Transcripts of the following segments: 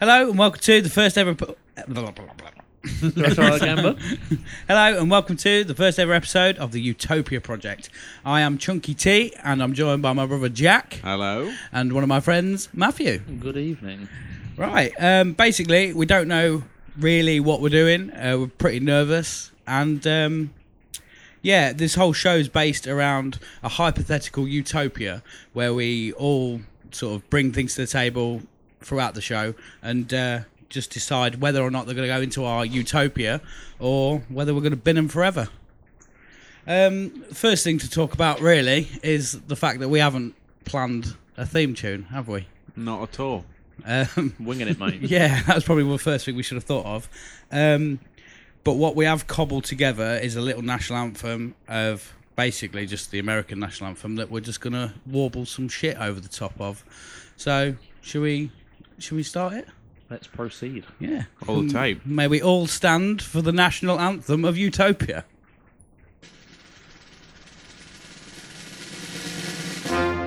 Hello and welcome to the first ever. po- Try again, bud. Hello and welcome to the first ever episode of the Utopia Project. I am Chunky T and I'm joined by my brother Jack Hello. and one of my friends Matthew. Good evening. Right. Um, basically, we don't know really what we're doing. Uh, we're pretty nervous, and um, yeah, this whole show is based around a hypothetical utopia where we all sort of bring things to the table throughout the show and uh, just decide whether or not they're going to go into our utopia or whether we're going to bin them forever. Um, first thing to talk about really is the fact that we haven't planned a theme tune, have we? Not at all. Um, Winging it, mate. yeah, that's probably the first thing we should have thought of. Um, but what we have cobbled together is a little national anthem of basically just the American national anthem that we're just gonna warble some shit over the top of. So should we? Should we start it? Let's proceed. Yeah. Hmm. All the tape. May we all stand for the national anthem of Utopia.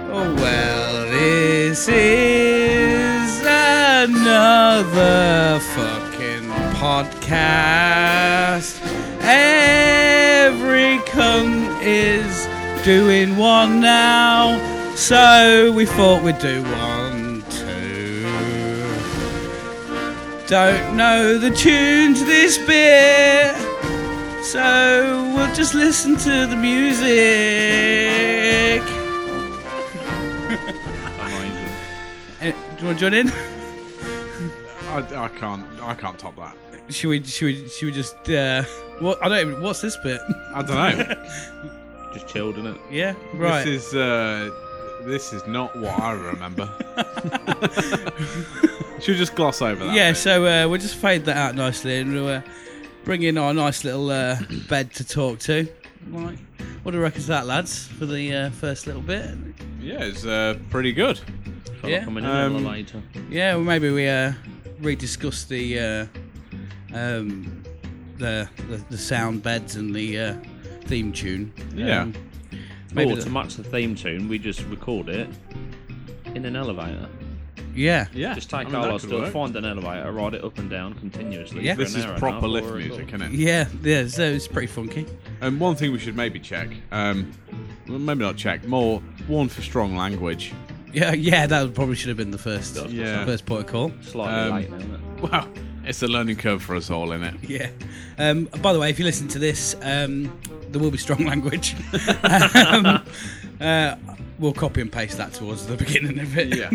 Oh, well, this is another fucking podcast. Every cunt is doing one now, so we thought we'd do one too. Don't know the tune to this bit, so we'll just listen to the music. Amazing. Eh, Do you want to join in? I, I can't. I can't top that. Should we? Should we? Should we just? Uh, what? I don't. Even, what's this bit? I don't know. Just chilled, innit? Yeah. Right. This is. Uh, this is not what I remember. Should we just gloss over that? yeah. bit? So uh, we'll just fade that out nicely, and we'll uh, bring in our nice little uh, bed to talk to. Right. What do you reckon to that, lads, for the uh, first little bit? Yeah, it's uh, pretty good. Feel Yeah. like I'm in an hour Um, later. Yeah, well, maybe we uh, rediscuss the uh, um, the, the the sound beds and the uh, theme tune. Yeah. Um, maybe or the- Oh, to match the theme tune, we just record it in an elevator. yeah, Yeah. Just take I mean, all that our could stuff, work. find an elevator, ride it up and down continuously. Yeah. for This an is hour and a half, proper or lift we're music, done. isn't it? yeah, yeah. So it's pretty funky. And one thing we should maybe check. Um, well, maybe not check. More warn for strong language. Yeah, yeah. That probably should have been the first Yeah. first point of call. Slightly Um, late, now, isn't it? Wow, it's a learning curve for us all, innit? Yeah. Um, by the way, if you listen to this, um, there will be strong language. um, uh, we'll copy and paste that towards the beginning of it. Yeah.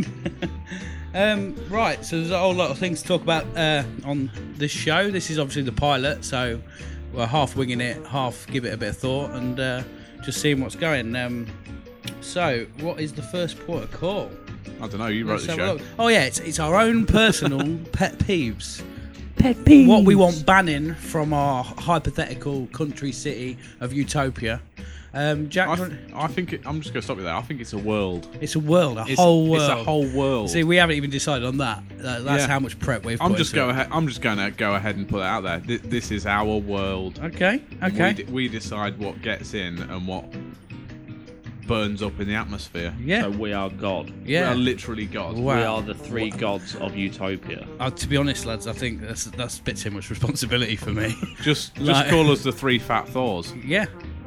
Um, right, so there's a whole lot of things to talk about uh, on this show. This is obviously the pilot, so we're half winging it, half give it a bit of thought, and uh, just seeing what's going. Um, so, what is the first port of call? I don't know. You wrote Let's the have a show. look. Oh yeah, it's, it's our own personal pet peeves. Pet peeves. What we want banning from our hypothetical country city of utopia. Um, Jack, I, do you th- want- I think it, I'm just gonna stop you there. I think it's a world. it's a world, a It's, whole world. It's a whole world. See, we haven't even decided on that. That- That's Yeah. how much prep we've. I'm put just into it. go ahead. I'm just gonna go ahead and put it out there. Th- This is our world. Okay. And Okay. We, d- we decide what gets in and what burns up in the atmosphere. Yeah. So we are God. We are yeah. literally God. Wow. We are the three gods of Utopia. Uh, to be honest, lads, I think that's that's a bit too much responsibility for me. Just, just Like- call us the three fat Thors. yeah.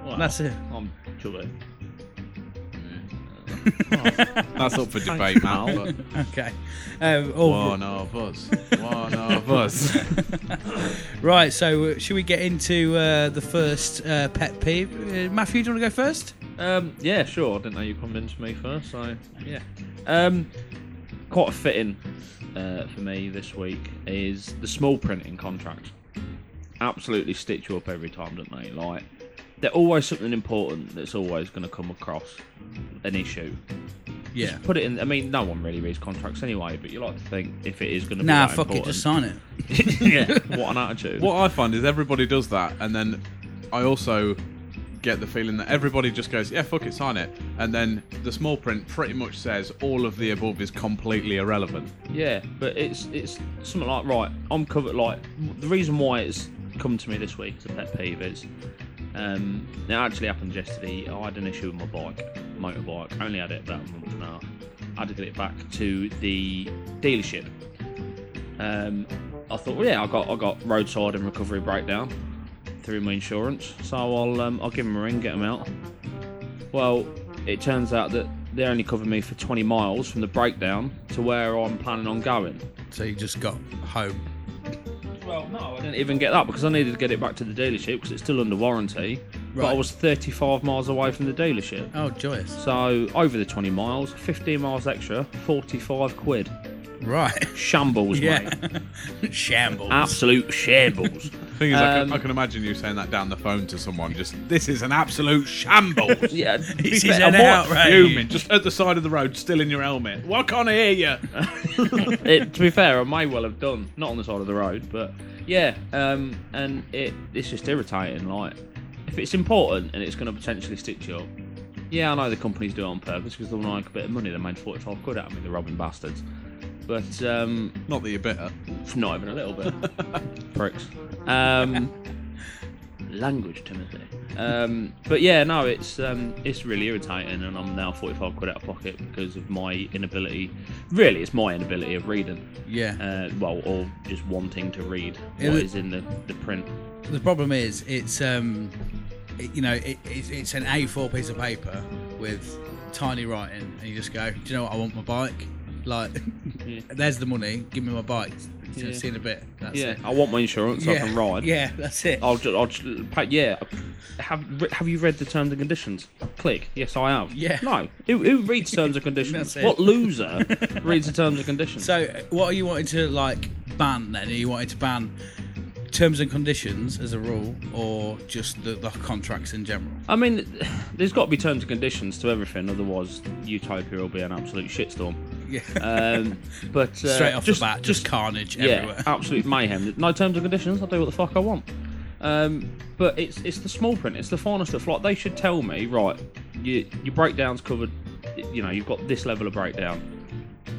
Well, That's it. I'm chubby. That's up for debate, man. but Okay. Um, all One of us. One of us. right. So, uh, should we get into uh, the first uh, pet peeve? Uh, Matthew, do you want to go first? Um, yeah, sure. I didn't know you convinced me first, so yeah. Um, quite a fitting uh, for me this week is the small print in contract. Absolutely stitch you up every time, don't they? Like, they're always something important that's always going to come across an issue. Yeah. Put it in. I mean, no one really reads contracts anyway, but you like to think if it is going to be Nah, that fuck it. important. Just sign it. yeah. What an attitude. What I find is everybody does that, and then I also get the feeling that everybody just goes, "Yeah, fuck it, sign it," and then the small print pretty much says all of the above is completely irrelevant. Yeah, but it's it's something like right. I'm covered. Like the reason why it's come to me this week as a pet peeve is um, it actually happened yesterday. I had an issue with my bike, motorbike. Only had it about a month and a half. I had to get it back to the dealership Um, I thought, well, yeah, I got I got roadside and recovery breakdown through my insurance, so I'll um, I'll give them a ring, get them out. Well, it turns out that they only cover me for 20 miles from the breakdown to where I'm planning on going. So you just got home. Well, no, I didn't even get that because I needed to get it back to the dealership because it's still under warranty. But I Right. was 35 miles away from the dealership. Oh, joyous. So over the 20 miles, 15 miles extra, 45 quid. Right. Shambles, Yeah. Ah. mate. Shambles. Absolute shambles. Thing is, I, can, Um, I can imagine you saying that down the phone to someone. Just this is an absolute shambles. yeah. to be This fair, is I an might- outrage. Fuming, just at the side of the road, still in your helmet. Why can't I hear you? it, to be fair, I may well have done. Not on the side of the road, but yeah. Um, and it it's just irritating. Like, if it's important and it's going to potentially stitch you up, yeah, I know the companies do it on purpose because they want to make a bit of money. They made 45 quid out of me, the robbing bastards. But um, Not that you're bitter. not even a little bit. Pricks. Um, language, Timothy. Um, but yeah, no, it's um, it's really irritating, and I'm now 45 quid out of pocket because of my inability. Really, it's my inability of reading. Yeah. Uh, well, or just wanting to read Yeah, what but- is in the, the print. The problem is, it's um, it, you know, it, it's, it's an A4 piece of paper with tiny writing, and you just go, "Do you know what? I want my bike. Like, Yeah. there's the money. Give me my bike. See- Yeah. See you in a bit. That's yeah, it. I want my insurance so I yeah. can ride. Yeah, that's it. I'll just, I'll just, pa- yeah. Have re- Have you read the terms and conditions? Click. Yes, I have. Yeah. No. Who, who reads terms and conditions? That's it. what loser reads the terms and conditions? So, uh, what are you wanting to like ban then? Are you wanting to ban terms and conditions as a rule, or just the, the contracts in general? I mean, there's got to be terms and conditions to everything, otherwise Utopia will be an absolute shitstorm. Yeah. Um, but uh, Straight off just, the bat, just, carnage yeah, everywhere. absolute mayhem. No terms and conditions. I'll do what the fuck I want. Um, but it's it's the small print. It's the finer stuff. Like they should tell me, right? You, your breakdown's covered. You know, you've got this level of breakdown.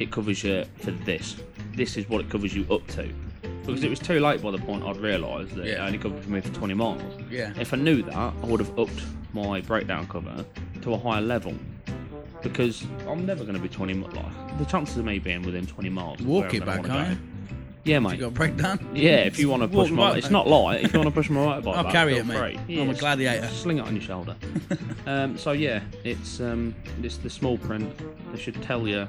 It covers you for this. This is what it covers you up to. Because it was too late by the point I'd realised that it Mm-hmm. Yeah. only covered me for 20 miles. Yeah. If I knew that, I would have upped my breakdown cover to a higher level. Because I'm never going to be 20 miles. Like, the chances of me being within 20 miles. of where Walk I'm it gonna back, wanna are go- you? Yeah, You mate. got a breakdown? Yeah, if you want to Walk push the my, bike it's back. not light. If you want to push my right bike, I'll back, carry feel it, mate. free. I'm a just gladiator. Sling it on your shoulder. um, so yeah, it's um, it's the small print. They should tell you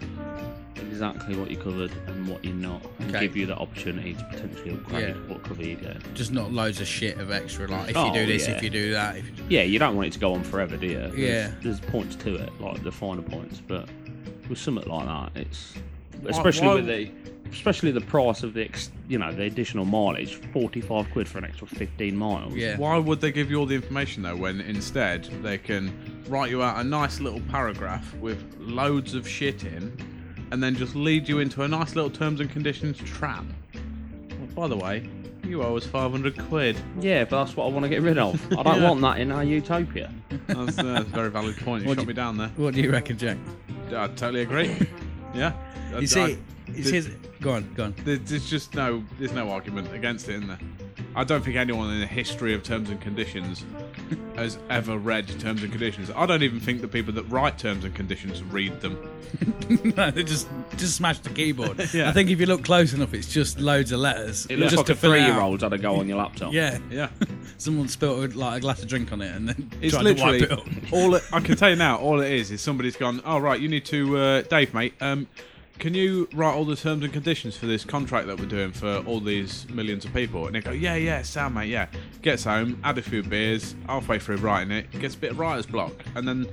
exactly what you covered and what you're not, and Okay. give you that opportunity to potentially upgrade Yeah. what cover you get. Just not loads of shit of extra. Like, if Oh, you do this, yeah. if you do that. If you... Yeah, you don't want it to go on forever, do you? There's, Yeah. There's points to it, like the finer points, but with something like that, it's why- especially with the especially the price of the ex, you know the additional mileage, forty five quid for an extra fifteen miles. Yeah. Why would they give you all the information though when instead they can write you out a nice little paragraph with loads of shit in and then just lead you into a nice little terms and conditions trap? Well, by the way, you owe us 500 quid. Yeah, but that's what I want to get rid of. I don't Yeah. want that in our utopia. That's, uh, that's a very valid point. You What shot do- me down there. What do you reckon, Jack? I totally agree. Yeah. I- You see, I- it's his. Go on, go on. There- There's just no, there's no argument against it, in there. I don't think anyone in the history of terms and conditions has ever read terms and conditions. I don't even think the people that write terms and conditions read them. no, they just just smashed the keyboard. Yeah. I think if you look close enough, it's just loads of letters. It looks just like a to fill it three out. year old had a go on your laptop. Yeah, Yeah, someone spilled like a glass of drink on it and then it's tried literally to wipe it up. all. It, I can tell you now, all it is is somebody's gone. oh, right, you need to, uh, Dave, mate. Um, can you write all the terms and conditions for this contract that we're doing for all these millions of people? And they go, yeah, yeah, Sam, mate, yeah. Gets home, had a few beers, halfway through writing it, gets a bit of writer's block, and then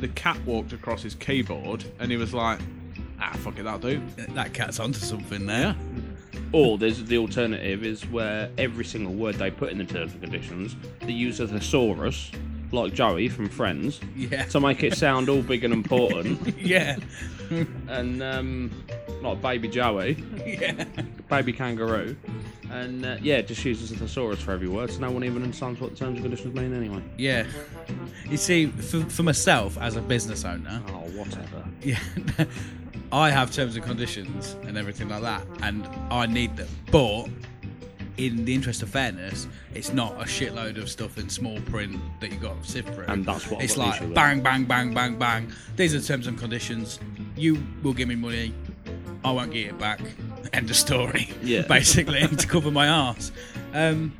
the cat walked across his keyboard, and he was like, ah, fuck it, that'll do. That cat's onto something there. Or there's the alternative is where every single word they put in the terms and conditions, they use a thesaurus, like Joey from Friends, Yeah. to make it sound all big and important. Yeah, and um, like Baby Joey, yeah. Baby Kangaroo, and uh, yeah, just uses a thesaurus for every word, so no one even understands what the terms and conditions mean anyway. Yeah. You see, for, for myself as a business owner, Oh, whatever. yeah, I have terms and conditions and everything like that, and I need them. But in the interest of fairness, it's not a shitload of stuff in small print that you got to sift through. And that's what I've it's got an like issue with. bang, bang, bang, bang, bang. These are the terms and conditions. You will give me money. I won't get it back. End of story. Yeah. Basically, to cover my arse. Um,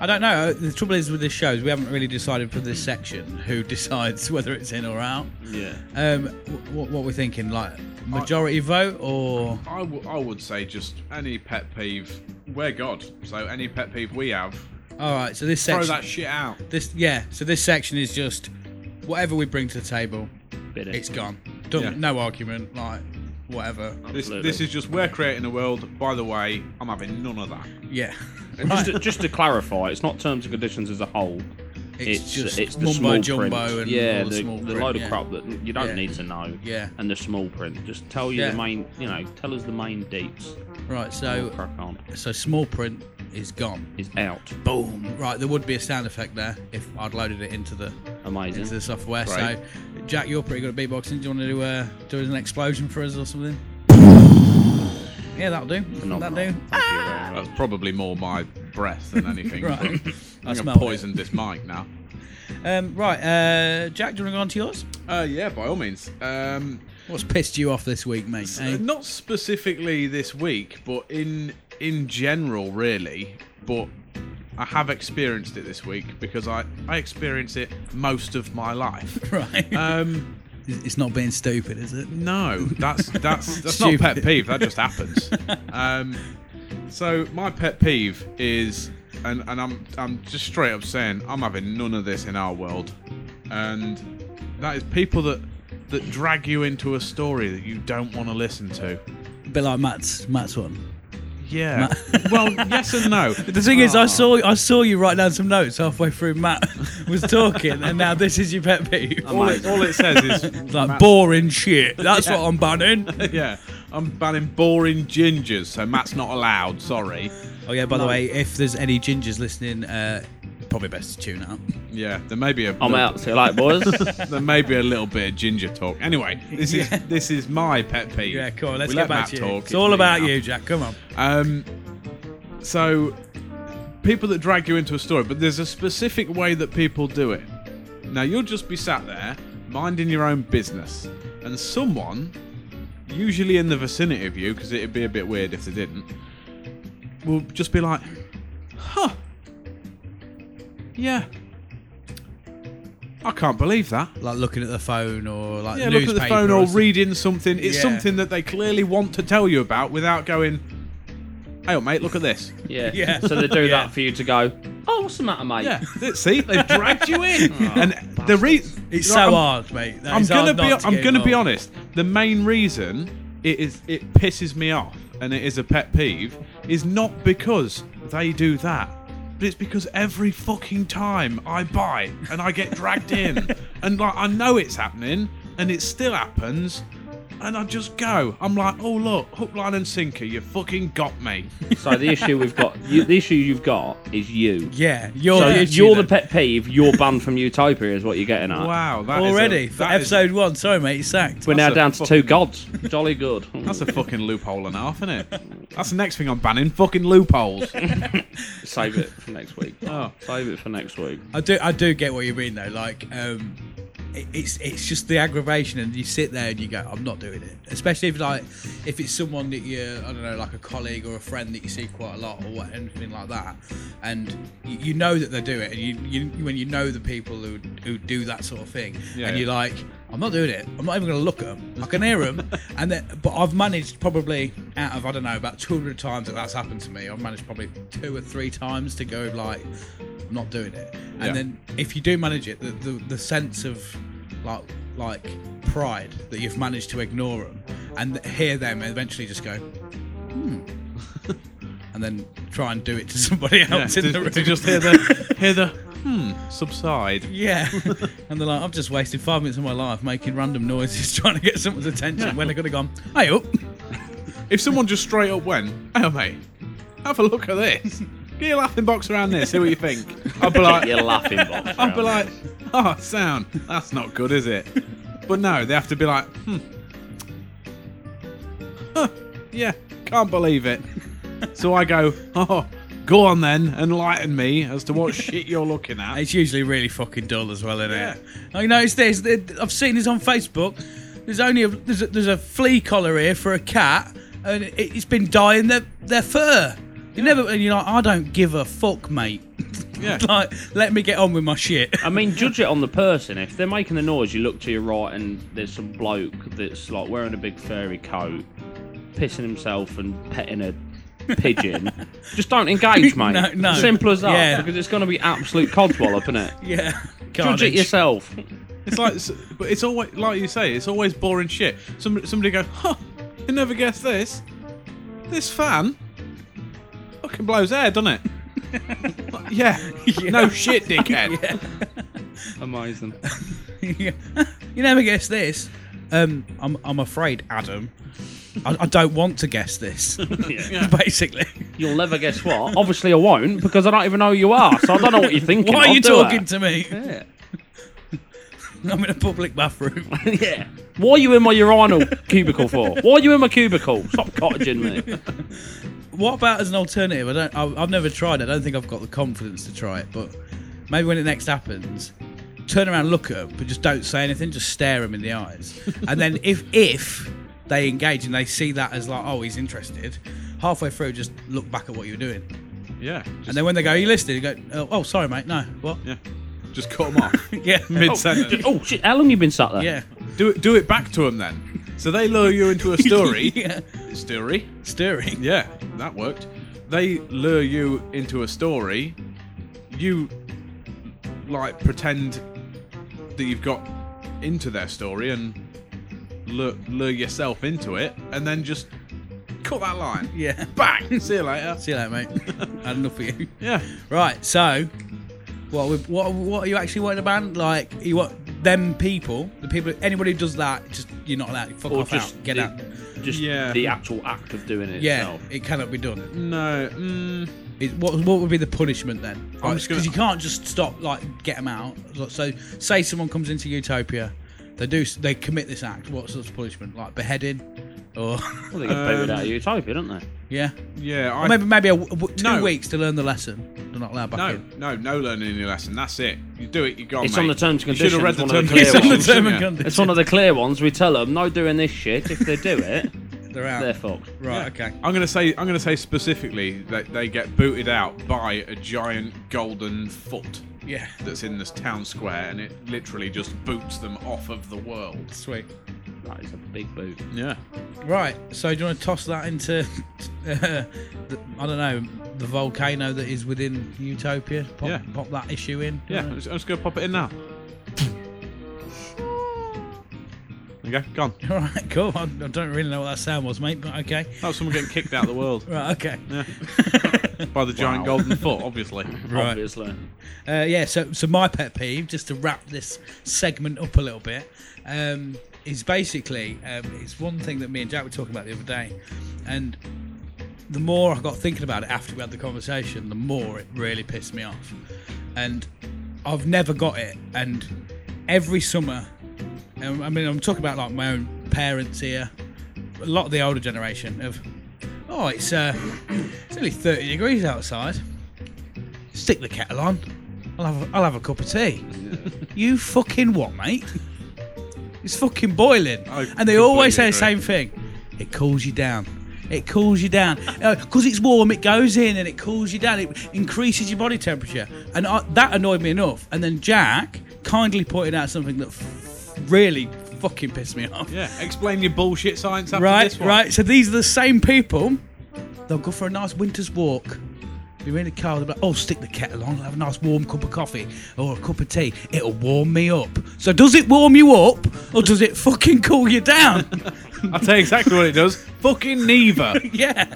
I don't know. The trouble is with this show is we haven't really decided for this section who decides whether it's in or out. Yeah. Um, wh- what, what we're thinking, like majority vote or I, w- I would say just any pet peeve. We're God, so any pet peeve we have, all right. So this throw section, that shit out. this yeah. So this section is just whatever we bring to the table, Bit it's gone. Don't, Yeah. No argument. Like whatever. This, this is just we're creating a world. By the way, I'm having none of that. Yeah. just to, just to clarify, it's not terms and conditions as a whole. It's It's, just it's the mumbo small jumbo print. and yeah, all the the, small the print, load yeah. of crap that you don't Yeah. need to know. Yeah. And the small print. Just tell you Yeah. the main. You know, tell us the main deets. Oh, Right. We'll So crack on. so small print is gone. Is out. Boom. Right, there would be a sound effect there if I'd loaded it into the Amazing. into the software. Right. So, Jack, you're pretty good at beatboxing. Do you want to do, uh, do an explosion for us or something? Yeah, that'll do. That'll Phenomenal. do. Thank you Ah! very much. That's probably more my breath than anything. Right. but I I'm smell gonna it. poison this mic now. Um, right, uh, Jack, do you want to go on to yours? Uh, yeah, by all means. Um, What's pissed you off this week, mate? s- eh? Not specifically this week, but in in general, really. But I have experienced it this week because I I experience it most of my life. Right. Um, it's not being stupid, is it? no, that's that's that's not a Stupid. pet peeve. That just happens. Um, so my pet peeve is, and and I'm I'm just straight up saying I'm having none of this in our world, and that is people that that drag you into a story that you don't want to listen to. A bit like Matt's Matt's one. Yeah. well, yes and no. The thing is, I saw I saw you write down some notes halfway through Matt was talking, and now this is your pet peeve. All it, all it says is Like boring shit. That's what I'm banning. yeah. I'm banning boring gingers, so Matt's not allowed. Sorry. Oh yeah. By the way, if there's any gingers listening, uh, probably best to tune out. Yeah, there may be a I'm out. So like, boys. there may be a little bit of ginger talk. Anyway, this is this is my pet peeve. Yeah, cool. Let's We get let back Matt to you. talk. It's all me about now. you, Jack. Come on. Um, so people that drag you into a story, but there's a specific way that people do it. Now you'll just be sat there minding your own business, and someone, usually in the vicinity of you, because it'd be a bit weird if they didn't, will just be like, "Huh, yeah." I can't believe that. Like looking at the phone or like Yeah, the look at newspaper. the phone or something. reading something. It's Yeah. something that they clearly want to tell you about without going, hey, up, mate, look at this. Yeah. Yeah. So they do Yeah. that for you to go. Oh, what's the matter, mate? Yeah, th- see, they've dragged you in. and the re- Oh, It's Right, so I'm, hard, mate. That I'm is hard gonna be. not I'm get gonna be involved. honest. The main reason it is it pisses me off and it is a pet peeve is not because they do that, but it's because every fucking time I bite and I get dragged in, and like I know it's happening and it still happens. And I just go. I'm like, oh look, hook, line, and sinker. You fucking got me. So the issue we've got, you, the issue you've got is you. Yeah, you're So the issue you're the then. pet peeve. You're banned from Utopia, is what you're getting at. Wow, that is a- already for that is- episode one. Sorry, mate. You're sacked. We're That's now a down to fucking- two gods. Jolly good. That's a fucking loophole and a half, isn't it? That's the next thing I'm banning. Fucking loopholes. Save it for next week. Oh. Save it for next week. I do I do get what you mean though. Like um, it, it's it's just the aggravation, and you sit there and you go, I'm not doing it. Especially if like if it's someone that you I don't know like a colleague or a friend that you see quite a lot or what, anything like that, and you, you know that they do it, and you, you when you know the people who who do that sort of thing, Yeah, and yeah. you're like. I'm not doing it. I'm not even going to look at them. I can hear them, and then, but I've managed probably out of I don't know about 200 times that that's happened to me. I've managed probably two or three times to go like, I'm not doing it. And Yeah. then if you do manage it, the, the, the sense of like like pride that you've managed to ignore them and hear them eventually just go, hmm, and then try and do it to somebody Yeah, else in to, the room. to just hear the hear the hmm subside. yeah, and they're like, I've just wasted five minutes of my life making random noises trying to get someone's attention Yeah. when they could have gone, hey up. If someone just straight up went, "Hey mate, have a look at this. Get your laughing box around this. See what you think." I'd be Get like, your laughing box. I'd be around. like, "Oh, sound. That's not good, is it?" But no, they have to be like, "Hmm, Huh, yeah, can't believe it." So I go, "Oh, go on then, enlighten me as to what shit you're looking at." It's usually really fucking dull as well, isn't Yeah. it? I noticed this. th- I've seen this on Facebook. There's only a, there's a, there's a flea collar here for a cat, and it- it's been dyeing their their fur. You never, and you're like, I don't give a fuck, mate. Yeah. like, let me get on with my shit. I mean, judge it on the person. If they're making the noise, you look to your right and there's some bloke that's like wearing a big furry coat, pissing himself and petting a pigeon. Just don't engage, mate. No, no. Simple as that. Yeah. Because it's going to be absolute codswallop, isn't it? yeah, Judge it Carnage. yourself. It's like, it's- but it's always like you say, it's always boring shit. Somebody, somebody goes, "Huh, you never guessed this. This fan fucking blows air, doesn't it?" Like, yeah. No shit, dickhead. Amazing. you never guess this. Um, I'm, I'm afraid, Adam. I, I don't want to guess this. Yeah. Basically, You'll never guess what. Obviously, I won't because I don't even know who you are. So I don't know what you're thinking. why are of, you do I? talking to me? Yeah. I'm in a public bathroom. yeah. What are you in my urinal cubicle for? Why are you in my cubicle? Stop cottaging me. What about as an alternative? I don't. I've, I've never tried. it. I don't think I've got the confidence to try it. But maybe when it next happens, turn around, look at them, but just don't say anything. Just stare them in the eyes. And then if if they engage and they see that as like, oh, he's interested, halfway through, just look back at what you were doing. Yeah. Just, And then when they go, are you listening? You go, oh, oh sorry, mate. No, what? yeah. Just cut them off. Yeah. Mid sentence. Oh shit! How long you been sat there? Yeah. Do it. Do it back to them then. So they lure you into a story. yeah. Story. Stirring. Yeah, that worked. They lure you into a story. You like pretend that you've got into their story and lure, lure yourself into it, and then just cut that line. Yeah. Bang. See you later. See you later, mate. Had enough of you. Yeah. Right. So, what? we- What? What are you actually wanting to ban? Like, you want them people, the people, anybody who does that, just you're not allowed. Fuck Or off just out. Get the, out. Just Yeah. the actual act of doing it Yeah, itself. it cannot be done. No. Mm, It, what, what would be the punishment then? I'm just gonna- Because you can't just stop, like, get them out. So- So, say someone comes into Utopia, they do, s- they commit this act. What sort of punishment? Like beheading, or Well, they get booed Um, out of Utopia, don't they? yeah, yeah. or I, maybe maybe a w- w- two No. weeks to learn the lesson. They're not allowed back no. in. No. No learning your lesson. That's it. You do it. You go. It's mate. on the terms and You should have read the conditions, one terms of and the It's on the term and conditions. clear ones. It's conditions. yeah. one of the clear ones. We tell them no doing this shit. If they do it, They're out. they're fucked. Right. Okay. I'm gonna say I'm gonna say specifically that they get booted out by a giant golden foot. Yeah. that's in this town square and it literally just boots them off of the world. Sweet. That is a big boot. Yeah. Right. So do you want to toss that into, uh, the, I don't know, the volcano that is within Utopia? Pop, Yeah. pop that issue in. Yeah, I'm just, I'm just gonna pop it in now. There you go, gone. All right. Cool. I, I don't really know what that sound was, mate. But okay. That was someone getting kicked out of the world. Right. Okay. Yeah. By the giant Wow. golden foot, obviously. Right. Obviously. Uh, yeah, so so my pet peeve, just to wrap this segment up a little bit, um, is basically um, it's one thing that me and Jack were talking about the other day, and the more I got thinking about it after we had the conversation, the more it really pissed me off, and I've never got it, and every summer, um, I mean I'm talking about like my own parents here, a lot of the older generation of, oh it's uh, it's only 30 degrees outside stick the kettle on. I'll have a, I'll have a cup of tea. you fucking what, mate? It's fucking boiling. I and they always say completely the same thing. It cools you down. It cools you down because it's warm. It goes in and it cools you down. It increases your body temperature, and I, that annoyed me enough. And then Jack kindly pointed out something that f- really fucking pissed me off. Yeah. Explain your bullshit science after Right, this one. right. So these are the same people. They'll go for a nice winter's walk. Be really cold. They'll be like, oh, stick the kettle on. I'll have a nice warm cup of coffee or a cup of tea. It'll warm me up. So does it warm you up or does it fucking cool you down? I'll tell you exactly what it does. Fucking neither. yeah,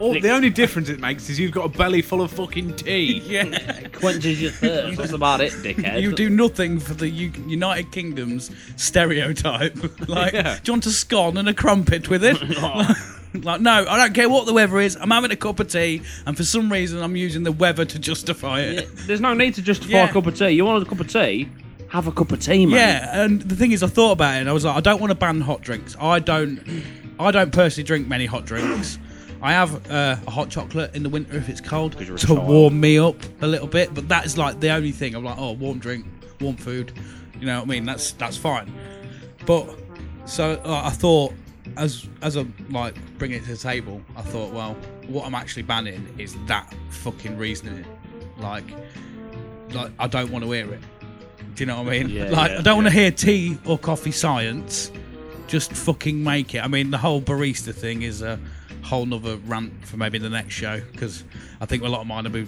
All, the only difference it makes is you've got a belly full of fucking tea. yeah. It quenches your thirst. That's about it, dickhead. You do nothing for the U- United Kingdom's stereotype. like, Yeah. do you want a scone and a crumpet with it? like, no, I don't care what the weather is. I'm having a cup of tea, and for some reason, I'm using the weather to justify it. Yeah, There's no need to justify Yeah. a cup of tea. You want a cup of tea? Have a cup of tea, mate. Yeah, and the thing is, I thought about it, and I was like, I don't want to ban hot drinks. I don't, I don't personally drink many hot drinks. I have uh, a hot chocolate in the winter if it's cold you're a to child. warm me up a little bit, but that is like the only thing. I'm like, oh, warm drink, warm food. You know what I mean? That's that's fine. But so uh, I thought as as I'm like bringing it to the table, I thought, well, what I'm actually banning is that fucking reasoning. Like, like I don't want to hear it. Do you know what I mean? Yeah, like, yeah, I don't want yeah. to hear tea or coffee science. Just fucking make it. I mean, the whole barista thing is a whole nother rant for maybe the next show because I think a lot of mine will be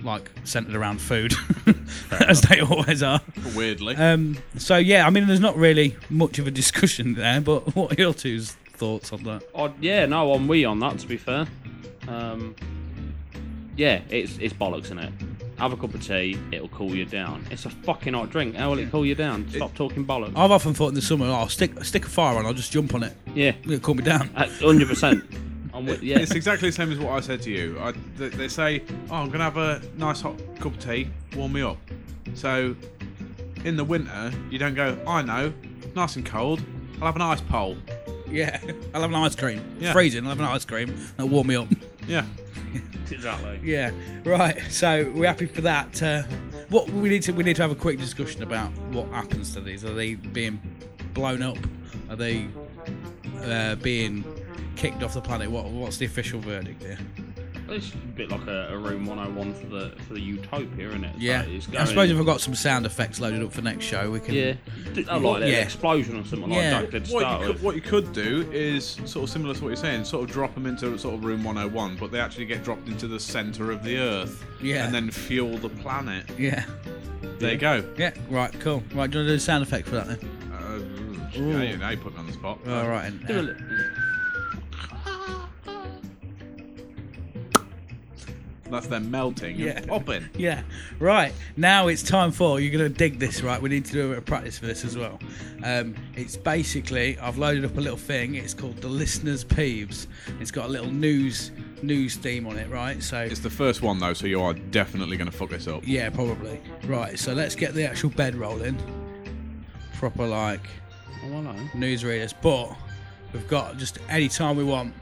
like centered around food, as they always are. Weirdly. Um, so yeah, I mean, there's not really much of a discussion there, but what are your two's thoughts on that? Oh, yeah, no, I'm we on that. To be fair, um, yeah, it's it's bollocks in it. Have a cup of tea, it'll cool you down. It's a fucking hot drink. How will it cool you down? Stop talking bollocks. I've often thought in the summer, oh, I'll stick stick a fire on, I'll just jump on it. Yeah, It'll cool me down. hundred percent. I'm with yeah. It's exactly the same as what I said to you. I, they, they say, "Oh, I'm gonna have a nice hot cup of tea, warm me up." So, in the winter, you don't go. I know, nice and cold. I'll have an ice pole. Yeah, I'll have an ice cream. Yeah. Freezing, I'll have an ice cream. That'll warm me up. Yeah. Exactly. yeah, right. So we're happy for that. Uh, what we need to we need to have a quick discussion about what happens to these. Are they being blown up? Are they uh, being kicked off the planet? What what's the official verdict here? It's a bit like a, a room 101 for the for the utopia, isn't it? Yeah, it's I suppose going- if I've got some sound effects loaded up for next show, we can. Yeah, D- oh, like an Yeah. explosion or something Yeah. like that. Did What start you, with. could, what you could do is sort of similar to what you're saying, sort of drop them into sort of room 101, but they actually get dropped into the center of the Earth, Yeah. and then fuel the planet. yeah, There you go. yeah. Right, cool. Right, do you want to do a sound effect for that then? Uh, yeah, you know, you put me on the spot. All right. And, Do a uh, li- That's them melting Yeah. and popping. yeah. Right. Now it's time for you're gonna dig this, right? We need to do a bit of practice for this as well. Um, it's basically I've loaded up a little thing. It's called the listeners' peeves. It's got a little news news theme on it, right? So It's the first one though, so you are definitely going to fuck this up. yeah, probably. Right. So let's get the actual bed rolling. Proper like Oh, hello. newsreaders, but we've got just any time we want.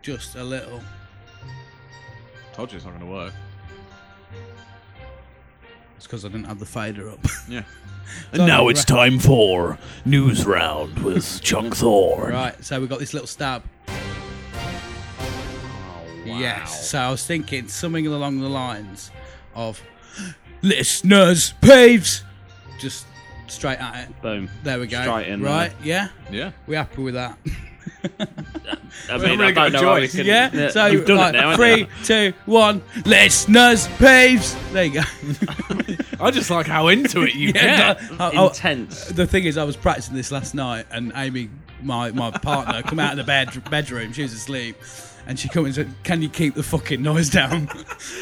Just a little. Told you it's not going to work. It's because I didn't have the fader up. Yeah. And now it's time for News Round with Chunk Thor. right, so we got this little stab. Oh, Yes. So I was thinking something along the lines of listeners, peeves. Just straight at it. Boom. There we go. Straight in there. right? Yeah. Yeah. We happy with that? I We mean, haven't really I got don't a know. how we choice. can- Yeah. so you've done like, it now. haven't three, two, you? one. Listeners, peeves. There you go. I just like how into it you Yeah. I- I- Intense. The thing is, I was practicing this last night, and Amy, my my partner, come out of the bed bedroom. She was asleep, and she come and said, "Can you keep the fucking noise down?"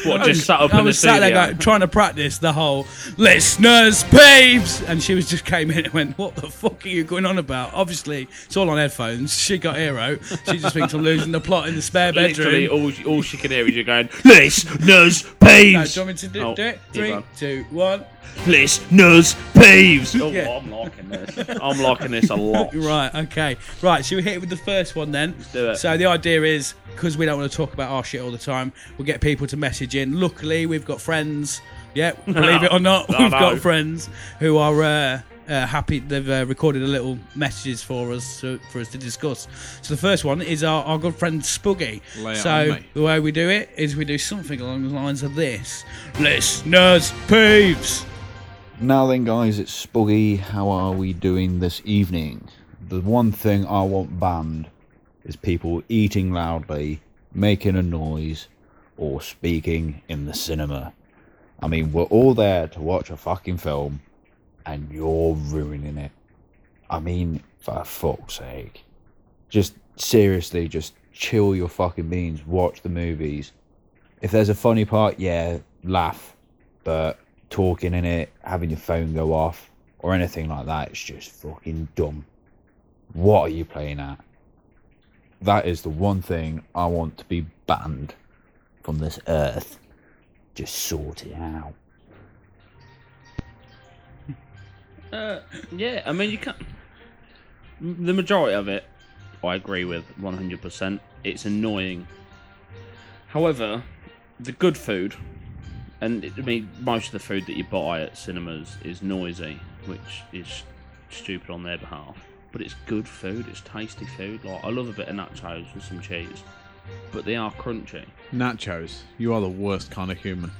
What, I just was- sat up I in the was sat there studio? like, trying to practice the whole listeners, peeves, and she was just came in and went, "What the fuck are you going on about?" Obviously, it's all on headphones. She got hero. She just thinks I'm losing the plot in the spare Literally, bedroom. all she, all she can hear is you going, Listeners, No, peeves. do you want me to do, Oh, do it? you're Three, gone. two, one. Listeners, peeves. "Oh, Yeah. I'm liking this. I'm liking this a lot." Right, okay. Right, so we hit it with the first one then. do it. So the idea is because we don't want to talk about our shit all the time, we'll get people to message in. Luckily, we've got friends. Yeah, believe it or not, No, we've no. got friends who are uh, uh, happy. They've uh, recorded a little messages for us to, for us to discuss. So the first one is our, our good friend Spuggy. Lay it so on me. the way we do it is we do something along the lines of this: listeners, peeves. Now then, guys, it's Spuggy. How are we doing this evening? The one thing I want banned is people eating loudly, making a noise, or speaking in the cinema. I mean, we're all there to watch a fucking film, and you're ruining it. I mean, for fuck's sake. Just seriously, just chill your fucking beans, watch the movies. If there's a funny part, yeah, laugh but talking in it, having your phone go off, or anything like that, it's just fucking dumb. What are you playing at? That is the one thing I want to be banned from this earth. Just sort it out. Uh, yeah, I mean, you can't. The majority of it, I agree with 100%. It's annoying. However, the good food, and I mean, most of the food that you buy at cinemas is noisy, which is stupid on their behalf. but it's good food. It's tasty food. Like I love a bit of nachos with some cheese, but they are crunchy. Nachos, you are the worst kind of human.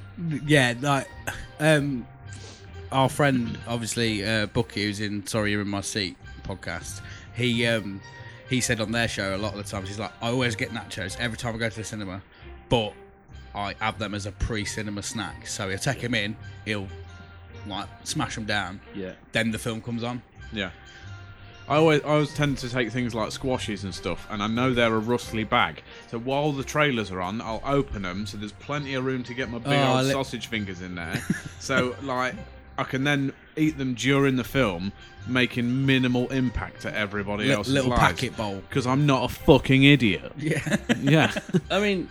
yeah, like um, our friend, obviously uh, Bucky, who's in "Sorry You're in My Seat" podcast. He um, he said on their show a lot of the times he's like, I always get nachos every time I go to the cinema, but I have them as a pre-cinema snack. So he'll take them in, he'll like smash them down, Yeah. then the film comes on. Yeah. I always, I always tend to take things like squashes and stuff, and I know they're a rustly bag. So while the trailers are on, I'll open them so there's plenty of room to get my big Oh, old li- sausage fingers in there. so like, I can then eat them during the film, making minimal impact to everybody Li- else's little lives. packet bowl. Because I'm not a fucking idiot. Yeah. Yeah. I mean,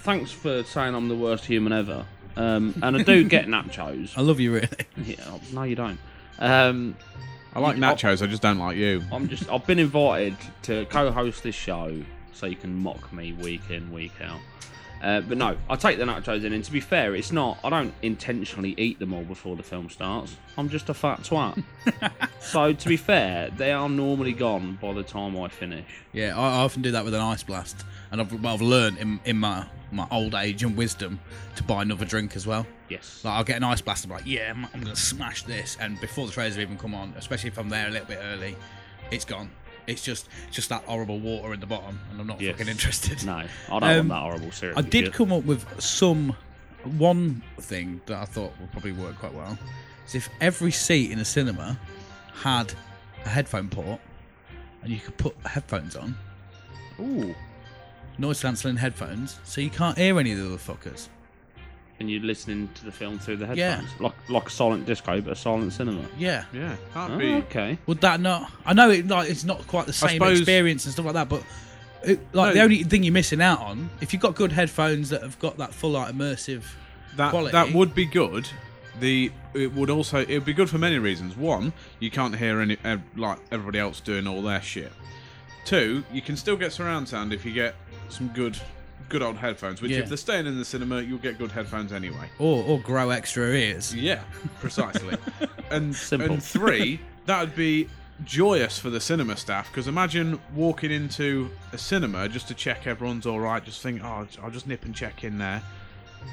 thanks for saying I'm the worst human ever. Um, and I do get nachos. I love you really. Yeah, no, you don't. Um, I like nachos, I just don't like you. I'm just. I've been invited to co-host this show, so you can mock me week in, week out. Uh, but no, I take the nachos in, and to be fair, it's not. I don't intentionally eat them all before the film starts. I'm just a fat twat. so to be fair, they are normally gone by the time I finish. Yeah, I, I often do that with an ice blast, and I've, well, I've learned in, in my my old age and wisdom to buy another drink as well. Yes. Like I'll get an ice blast and be like, yeah, I'm, I'm gonna smash this, and before the trailers have even come on, especially if I'm there a little bit early, it's gone. It's just it's just that horrible water at the bottom, and I'm not Yes. fucking interested. No, I don't Um, want that horrible cereal. I did shit. come up with some one thing that I thought would probably work quite well. Is if every seat in a cinema had a headphone port, and you could put headphones on. Ooh. noise cancelling headphones, so you can't hear any of the other fuckers. And you're listening to the film through the Yeah. headphones, like like a silent disco, but a silent cinema. Yeah. Yeah. Oh, That'd Ah, be. okay. Would that not? I know it like it's not quite the same suppose- experience and stuff like that, but it, like No. the only thing you're missing out on, if you've got good headphones that have got that full like immersive, that quality. that would be good. The it would also it would be good for many reasons. One, you can't hear any ev- like everybody else doing all their shit. Two, you can still get surround sound if you get some good good old headphones. Which Yeah. if they're staying in the cinema, you'll get good headphones anyway. or or grow extra ears. Yeah, precisely. and Simple. and three, that would be joyous for the cinema staff because imagine walking into a cinema just to check everyone's all right. Just think, oh, I'll just nip and check in there.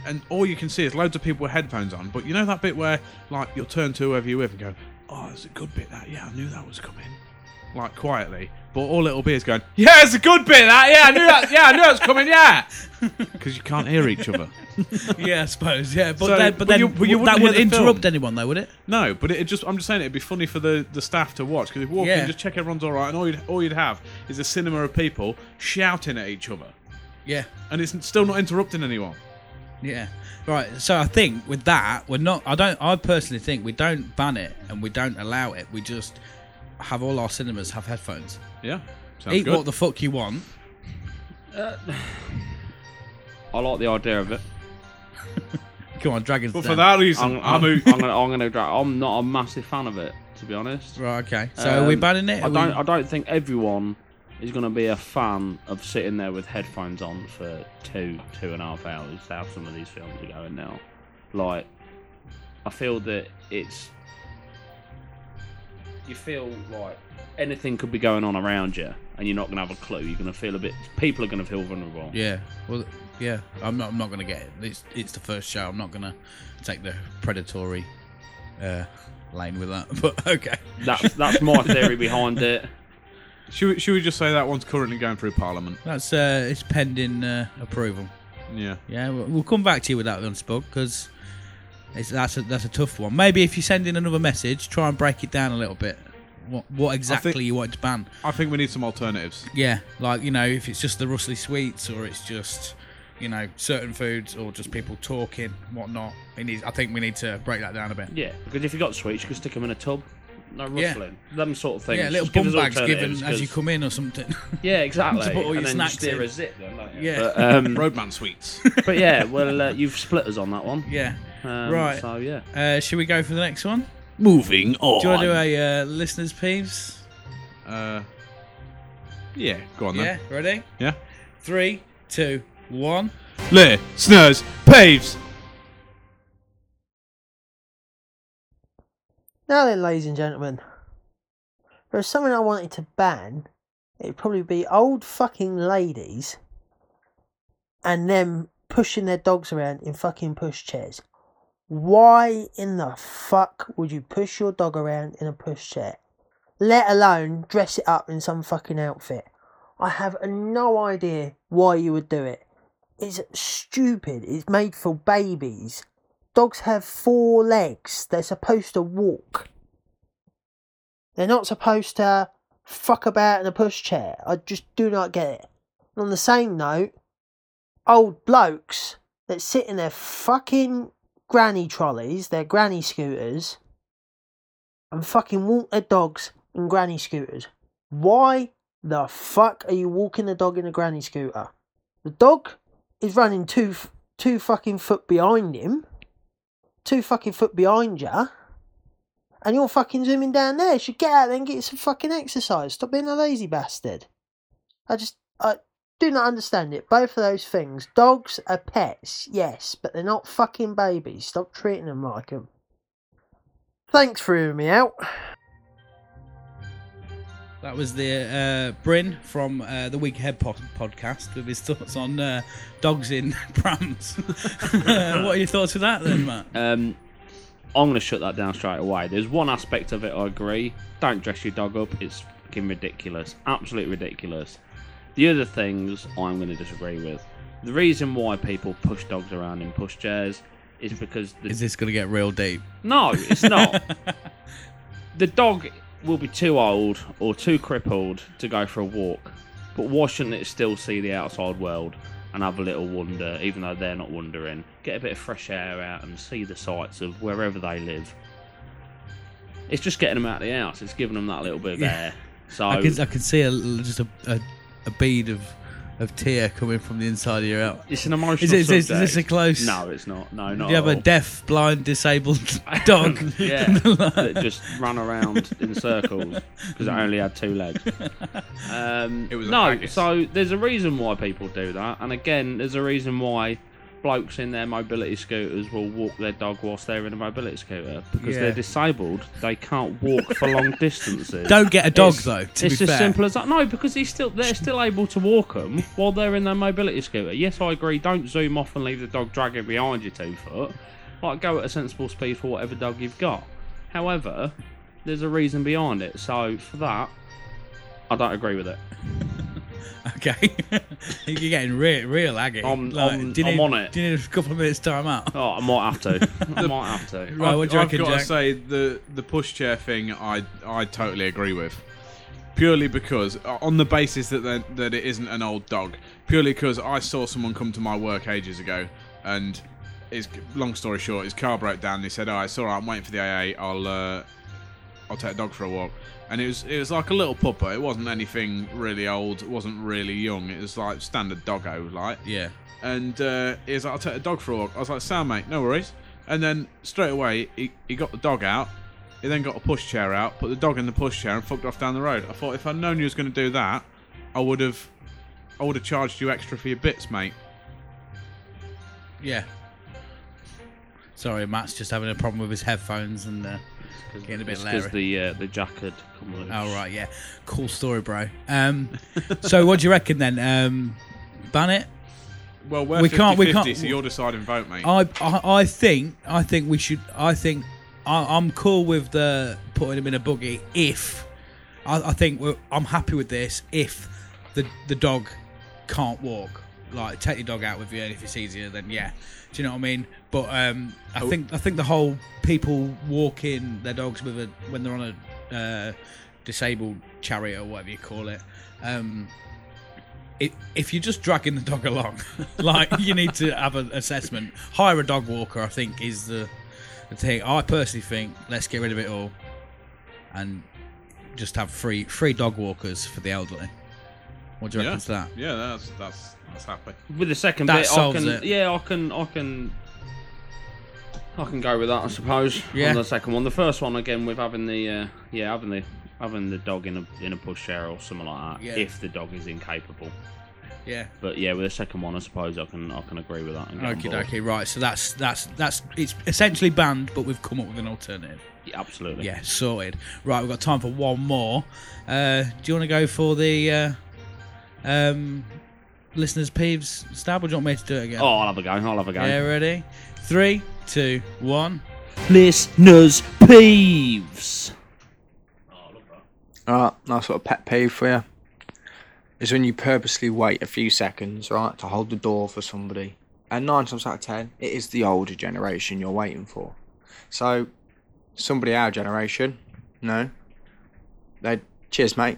And all you can see is loads of people with headphones on. But you know that bit where, like, you'll turn to whoever you're with and go, "Oh, it's a good bit that. Yeah, I knew that was coming." Like quietly, but all it'll be is going, "Yeah, it's a good bit that. Yeah, I knew that. Yeah, I knew that was coming. Yeah," because you can't hear each other. yeah, I suppose. Yeah, but So- then, but, but then you- but you would- that wouldn't would hear the interrupt film. anyone though, would it? No, but it just—I'm just saying it'd be funny for the, the staff to watch because if you walk Yeah. in, just check everyone's all right, and all you'd, all you'd have is a cinema of people shouting at each other, Yeah. and it's still not interrupting anyone. Yeah. Right. So I think with that, we're not. I don't. I personally think we don't ban it and we don't allow it. We just have all our cinemas have headphones. Yeah, sounds Eat good. what the fuck you want. I like the idea of it. Come on, Dragons. but for Den. that reason, I'm, I'm, I'm, I'm out. gonna, I'm gonna, dra- I'm not a massive fan of it, to be honest. Right, okay. So are we Um, banning it? I Are don't, we- I don't think everyone is gonna be a fan of sitting there with headphones on for two, two and a half hours. How some of these films are going now. Like, I feel that it's, you feel like anything could be going on around you, and you're not gonna have a clue. You're gonna feel a bit. People are gonna feel vulnerable. Yeah. Well, yeah. I'm not. I'm not gonna get it. It's, it's the first show. I'm not gonna take the predatory uh, lane with that. But okay. That's that's my theory behind it. Should, we- should we just say that one's currently going through Parliament? That's uh, it's pending uh, approval. Yeah, Yeah. We'll, we'll come back to you with that one, Spug, because it's that's a that's a tough one. Maybe if you send in another message, try and break it down a little bit. What what exactly you want to ban? I think we need some alternatives. Yeah. Like you know, if it's just the rustly sweets or it's just. You know, certain foods or just people talking, whatnot. It needs, I think we need to break that down a bit. Yeah, because if you got sweets, you could stick them in a tub. No Yeah. rustling, them sort of things. Yeah, little Just give bum us bags given alternatives, as you 'cause- come in or something. Yeah, exactly. to put all your and then snacks just steer in. a zip, then, don't you? Yeah. But, um, Roadman sweets. but yeah, well, uh, you've split us on that one. yeah. Um, Right. So yeah, Uh, should we go for the next one? Moving on. Do you want to do a uh, listeners' peeves? uh, yeah, go on Yeah. then. Ready? Yeah. Three, two, one. Lee, Snurs, Paves. Now then, ladies and gentlemen, But if something I wanted to ban, it'd probably be old fucking ladies and them pushing their dogs around in fucking push chairs. Why in the fuck would you push your dog around in a push chair? Let alone dress it up in some fucking outfit. I have no idea why you would do it. It's stupid. It's made for babies. Dogs have four legs. They're supposed to walk. They're not supposed to fuck about in a pushchair. I just do not get it. And on the same note, old blokes that sit in their fucking granny trolleys, their granny scooters, and fucking walk their dogs in granny scooters. Why the fuck are you walking the dog in a granny scooter? The dog is running two f- two fucking foot behind him, two fucking foot behind you, and you're fucking zooming down there. You should get out there and get some fucking exercise. Stop being a lazy bastard. I just I do not understand it. Both of those things. Dogs are pets, yes, but they're not fucking babies. Stop treating them like them. Thanks for hearing me out. That was the uh, Bryn from uh, the Week Ahead po- podcast with his thoughts on uh, dogs in prams. Uh, what are your thoughts with that then, Matt? Um, I'm going to shut that down straight away. There's one aspect of it I agree. Don't dress your dog up. It's fucking ridiculous. Absolutely ridiculous. The other things I'm going to disagree with. The reason why people push dogs around in pushchairs is because the Is this going to get real deep? No, it's not. the dog will be too old or too crippled to go for a walk, but why shouldn't it still see the outside world and have a little wonder, even though they're not wandering? Get a bit of fresh air out and see the sights of wherever they live. It's just getting them out of the house. It's giving them that little bit of air. So I could I could see a little- just a, a, a bead of of tear coming from the inside of your out. it's an emotional. Is, it, is, this- is this a subject. close? No, it's not. No, Do not. you have at a all. deaf, blind, disabled dog? yeah, that just ran around in circles because it only had two legs. Um, It was a no, haggis. so there's a reason why people do that, and again, there's a reason why blokes in their mobility scooters will walk their dog whilst they're in a mobility scooter because Yeah. they're disabled. They can't walk for long distances. Don't get a dog It's- though. To it's be as fair, simple as that. No, because he's still they're still able to walk them while they're in their mobility scooter. Yes, I agree. Don't zoom off and leave the dog dragging behind you two foot. Like go at a sensible speed for whatever dog you've got. However, there's a reason behind it. So for that, I don't agree with it. okay. You're getting real, real aggy. I'm- I'm- do you I'm need- on it. Do you need a couple of minutes time out? Oh, I might have to. I might have to. Right, I've, what do you I've reckon, got Jack? to say the the pushchair thing, I I totally agree with, purely because on the basis that they're- that it isn't an old dog, purely because I saw someone come to my work ages ago, and his long story short, his car broke down. And he said, "Oh, it's all right. I'm waiting for the AA. I'll uh, I'll take the dog for a walk." And it was it was like a little pupper. It wasn't anything really old. It wasn't really young. It was like standard doggo, like Yeah. and uh, he was like, I'll take the dog for a walk. I was like, sound mate, no worries. And then straight away, he, he got the dog out. He then got a push chair out, put the dog in the push chair, and fucked off down the road. I thought if I'd known you was going to do that, I would have, I would have charged you extra for your bits, mate. Yeah. Sorry, Matt's just having a problem with his headphones and uh, getting a bit because leery. the uh, the jacket. Come loose. Oh right, yeah. Cool story, bro. Um, so what do you reckon then? Um, ban it? Well, we're We 50 can't- we can't- Oh. So you're deciding vote, mate. I, I I think I think we should. I think I, I'm cool with the putting him in a buggy if I, I think we're, I'm happy with this if the the dog can't walk. Like take your dog out with you, and if it's easier, then yeah. Do you know what I mean? But um, I think I think the whole people walking their dogs with a when they're on a uh, disabled chariot or whatever you call it. Um, it, if you're just dragging the dog along, like you need to have an assessment. Hire a dog walker, I think, is the, the thing. I personally think let's get rid of it all, and just have free free dog walkers for the elderly. What do you reckon yeah, to that? yeah, that's that's that's happy. with the second That bit, solves I can, it. Yeah, I can, I can, I can go with that, I suppose. Yeah. On the second one, the first one again with having the, uh, yeah, having the, having the dog in a in a pushchair or something like that. Yeah. If the dog is incapable, Yeah. But yeah, with the second one, I suppose I can I can agree with that. And get on Okie board. dokie, right. So that's that's that's it's essentially banned, but we've come up with an alternative. Yeah, absolutely. Yeah, sorted. Right, we've got time for one more. Uh, do you want to go for the uh, um, listeners' peeves stab, or do you want me to do it again? Oh, I'll have a go. I'll have a go. yeah, ready? Three, two, one. Listeners peeves. Alright, nice little pet peeve for you. Is when you purposely wait a few seconds, right, to hold the door for somebody. And nine times out of ten, it is the older generation you're waiting for. So, somebody our generation, no, they cheers, mate,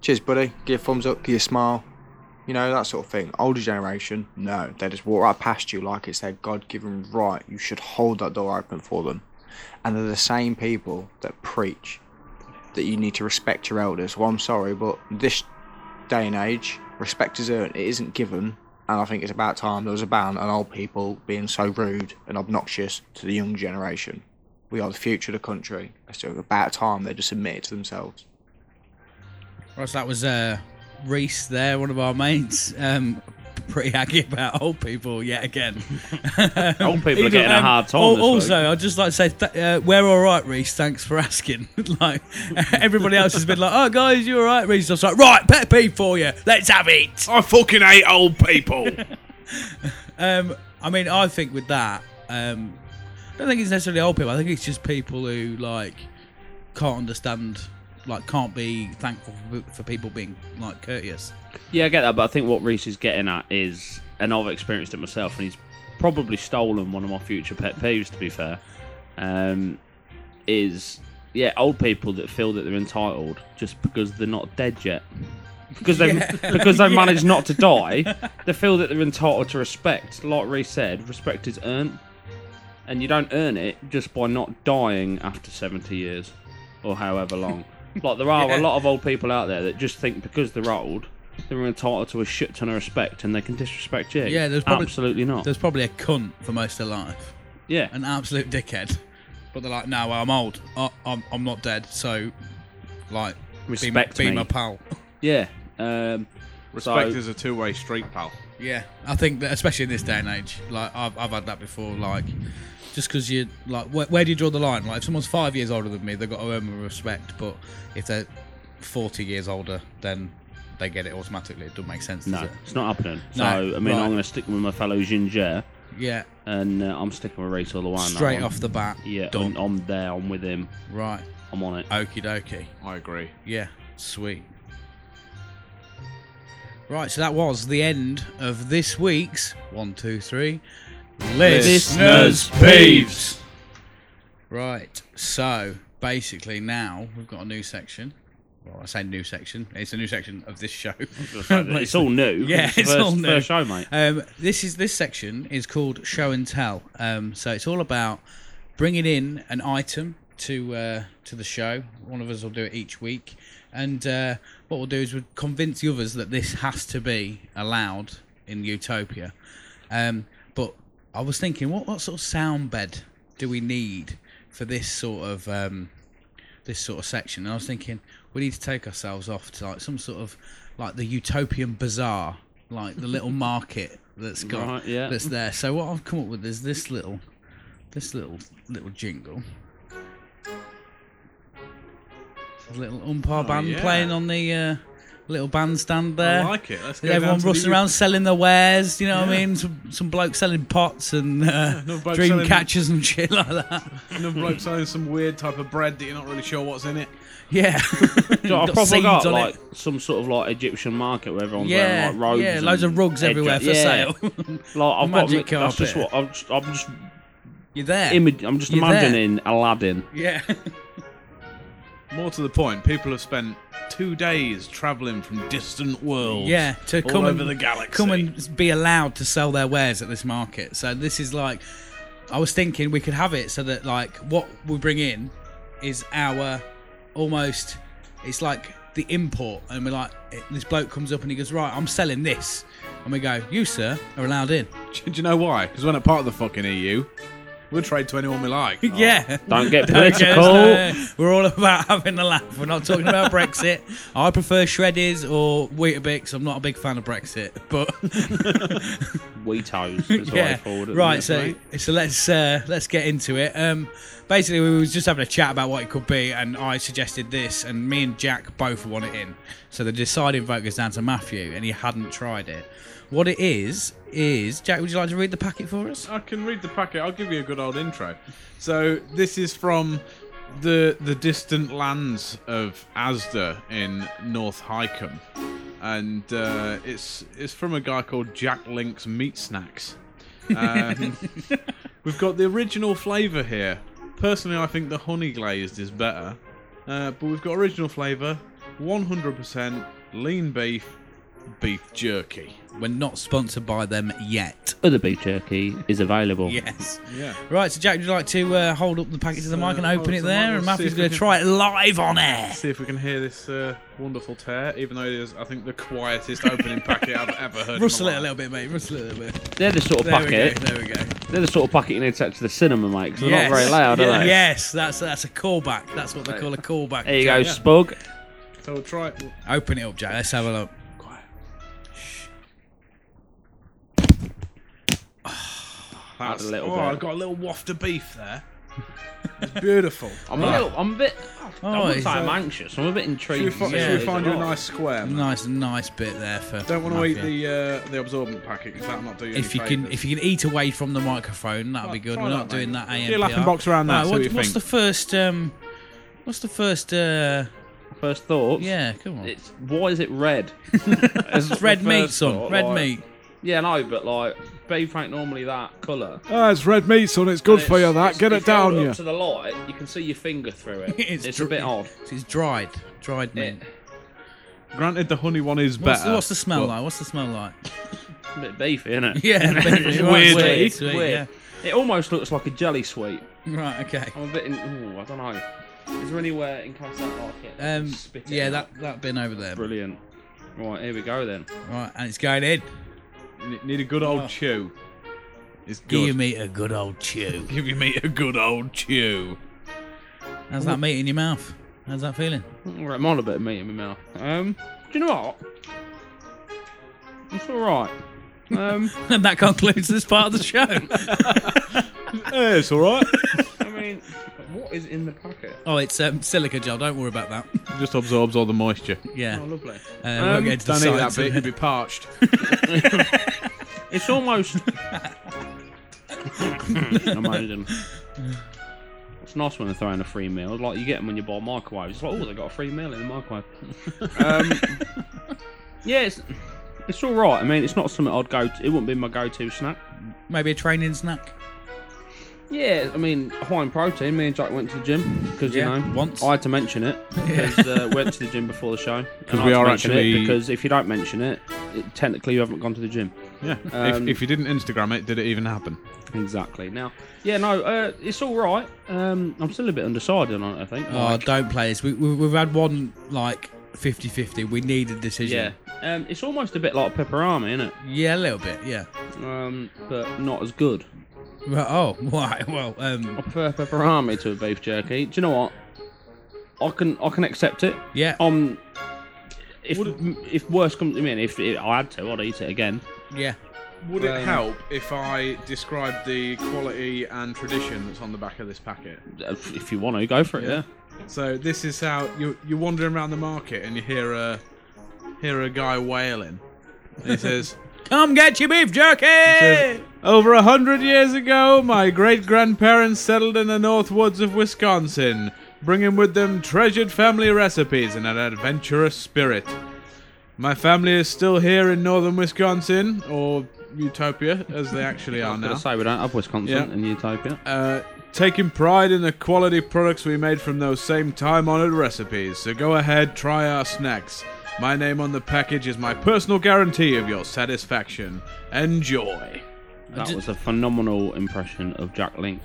cheers, buddy, give a thumbs up, give you a smile, you know that sort of thing. Older generation, no, they just walk right past you like it's their God-given right. You should hold that door open for them. And they're the same people that preach that you need to respect your elders. Well, I'm sorry, but this day and age, respect is earned, it isn't given. And I think it's about time there was a ban on old people being so rude and obnoxious to the young generation. We are the future of the country. It's about time they just admit it to themselves. Right, so that was uh, Reese there, one of our mates. Um, pretty aggy about old people yet again. um, Old people are getting a hard time al- this also, week. I'd just like to say th- uh, we're all right, Reese. Thanks for asking. like everybody else has been like, "Oh, guys, you all right, Reese?" I was like, "Right, pet peeve for you. Let's have it." I fucking hate old people. Um, I mean, I think with that, um, I don't think it's necessarily old people. I think it's just people who like can't understand, like can't be thankful for, for people being like courteous. Yeah, I get that, but I think what Reese is getting at is, and I've experienced it myself, and he's probably stolen one of my future pet peeves. To be fair, um, is yeah, old people that feel that they're entitled just because they're not dead yet, because they Yeah. because they Yeah. managed not to die, they feel that they're entitled to respect. Like Reese said, respect is earned, and you don't earn it just by not dying after seventy years or however long. like there are Yeah. a lot of old people out there that just think because they're old, they're entitled to a shit ton of respect and they can disrespect you. Yeah, there's probably- absolutely not. There's probably a cunt for most of life. yeah, an absolute dickhead. But they're like, no, I'm old. I, I'm, I'm not dead. So, like, be, my, respect be me. my pal. Yeah. Um, Respect So- is a two-way street, pal. Yeah, I think that especially in this day and age, like I've, I've had that before. Like, just because you like, where, where do you draw the line? Like, if someone's five years older than me, they've got to earn my respect. But if they're forty years older, then they get it automatically. It doesn't make sense, does no, it? it's not happening. No, so I mean, right. I'm going to stick with my fellow ginger, Yeah, and uh, I'm sticking with Reese all the way. on that straight one. off the bat. Yeah, done. I'm, I'm there. I'm with him. Right, I'm on it. okie dokie. I agree. Yeah, sweet. Right, so that was the end of this week's one, two, three. Listeners' peeves. Right, so basically now we've got a new section. Well, I say new section. It's a new section of this show. it's all new. Yeah, the it's first, all new. first show, mate. Um, this is this section is called show and tell. Um, so it's all about bringing in an item to uh, to the show. One of us will do it each week, and uh, what we'll do is we'll convince the others that this has to be allowed in Utopia. Um, but I was thinking, what what sort of sound bed do we need for this sort of um, this sort of section? And I was thinking, we need to take ourselves off to like some sort of like the utopian bazaar, like the little market that's got Right, yeah. that's there. So what I've come up with is this little this little little jingle. A little umpire band Oh, yeah. playing on the uh, little bandstand there. I like it. Let's go. Everyone down to rushing the- around selling their wares, you know what I Yeah. mean? Some, some bloke selling pots and uh, another bloke dream selling- catchers and shit like that. Another bloke selling some weird type of bread that you're not really sure what's in it. Yeah. Do you know, I've Got probably seeds got on it. like some sort of like Egyptian market where everyone's yeah, wearing like robes. yeah, loads of and rugs head everywhere dra- for yeah. sale. Like I've Magic got. That's just carpet. what I'm just, I'm just You're there. imag- I'm just You're there. imagining Aladdin. yeah. More to the point, people have spent two days travelling from distant worlds. Yeah, to all come over and, the galaxy. Come and be allowed to sell their wares at this market. So this is like, I was thinking we could have it so that like what we bring in is our almost, it's like the import, and we're like, this bloke comes up and he goes, right, I'm selling this, and we go, you sir are allowed in. Do you know why? Because we're not part of the fucking EU. E We'll trade to anyone we like. yeah. Don't get Okay, so, political. we're all about having a laugh. We're not talking about Brexit. I prefer Shredders or Weetabix. I'm not a big fan of Brexit, but We toes is what I yeah, called it. right. isn't So, it, so let's uh, let's get into it. Um, basically, we was just having a chat about what it could be, and I suggested this, and me and Jack both want it in. So the deciding vote goes down to Matthew, and he hadn't tried it. What it is is Jack. Would you like to read the packet for us? I can read the packet. I'll give you a good old intro. So this is from the the distant lands of Asda in North Highcombe, and uh, it's it's from a guy called Jack Link's Meat Snacks. Um, we've got the original flavour here. Personally, I think the honey glazed is better, uh, but we've got original flavour, 100% lean beef, beef jerky. We're not sponsored by them yet. Other beef jerky is available. Yes. Yeah. Right, so Jack, would you like to uh, hold up the packet to the mic and Uh, open hold it up the there? mic, And let's see Matthew's if we going to can- try it live on air. see if we can hear this uh, wonderful tear, even though it is, I think, the quietest opening packet I've ever heard. in my Rustle it a life. little bit, mate. Rustle it a little bit. They're the sort of There packet. we go. There we go. They're the sort of packet you need to take to the cinema, mate. 'cause Yes. they're not very loud, yeah. are they? Yes, that's that's a callback. That's what they call a callback. There you go, Jack. Spug. So we'll try it. Open it up, Jack. Let's have a look. That's, a little oh, bit. I've got a little waft of beef there. It's beautiful. I'm a little. I'm a bit. I Oh, wouldn't it's say I'm a anxious. I'm a bit Should we, intrigued. fi- to see should what we it find is you a or not. nice square? man? nice, nice bit there for. Don't want to eat Matthew. the uh, the absorbent packet because that'll not do you any If you can, favours. if you can eat away from the microphone, that'll be Right, good. try We're that, not doing mate. that. Do a AMPR. laughing box around that, Right, see what- what you what's think. the first? Um, what's the first? Uh, First thoughts. yeah, come on. It's why is it red? It's red meat, first son. thought, Red like- meat. Yeah, no, but like beef ain't normally that colour. Ah, it's red meat, son. It's good for you. That get it down, you. you. Up to the light, you can see your finger through it. It's it's a dr- bit odd. It's dried, dried meat. Granted, the honey one is What's, better. what's the smell but- like? What's the smell like? It's a bit beefy, isn't it? Yeah, it's right, weird. sweet, Weird. sweet, weird. It almost looks like a jelly sweet. Right. Okay. I'm a bit. In, ooh, I don't know. Is there anywhere in contact like it? Um. Spit it Yeah. out. That um, that bin over there. Brilliant. Right, here we go then. Right, and it's going in. N- Need a good old chew. It's good. Oh. Give me a good old chew. Give your meat a good old chew. How's that meat in your mouth? How's that feeling? Right, I'm on a bit of meat in my mouth. Um, do you know what? It's all right. Um, And that concludes this part of the show. Eh, it's all right. I mean, what is in the packet? oh, it's um, silica gel. Don't worry about that. Just absorbs all the moisture. Yeah. Oh, lovely. Uh, we won't Um, get into the Don't eat that science of bit. You'll it. be parched. It's almost. Amazing. It's nice when they're throwing a free meal. Like you get them when you buy microwaves. It's like, oh, they got a free meal in the microwave. um, yeah, it's it's all right. I mean, it's not something I'd go. to. It wouldn't be my go-to snack. Maybe a training snack. Yeah, I mean, high in protein. Me and Jack went to the gym because Yeah, you know once. I had to mention it because uh, went to the gym before the show. Because we are it actually- because if you don't mention it, it, technically you haven't gone to the gym. Yeah. Um, if, if you didn't Instagram it, did it even happen? Exactly. Now, yeah, no, uh, it's all right. Um, I'm still a bit undecided on it. I think. Oh, Like, don't play this. We, we, we've had one like 50-50. We need a yeah. decision. Um, it's almost a bit like pepperami, isn't Yeah. Yeah, a little bit. Yeah. it? Um, but not as good. Well, oh, why? Well, I Oh. um, prefer pepperami to a beef jerky. Do you know what? I can I can accept it. yeah, Um, if if worse comes to me, and if it, I had to, I'd eat it again. yeah. Would Um, it help if I described the quality and tradition that's on the back of this packet? If if you want to, go for it. Yeah. So this is how you you're wandering around the market and you hear a hear a guy wailing. And he says, Come get your beef jerky. "Over a hundred years ago, my great grandparents settled in the north woods of Wisconsin, bringing with them treasured family recipes and an adventurous spirit. My family is still here in northern Wisconsin, or Utopia, as they actually are I'm now." gonna say we don't have Wisconsin Yeah. and Utopia. Uh, taking pride in the quality products we made from those same time honored recipes. So go ahead, try our snacks. My name on the package is my personal guarantee of your satisfaction. Enjoy. That ju- was a phenomenal impression of Jack Link.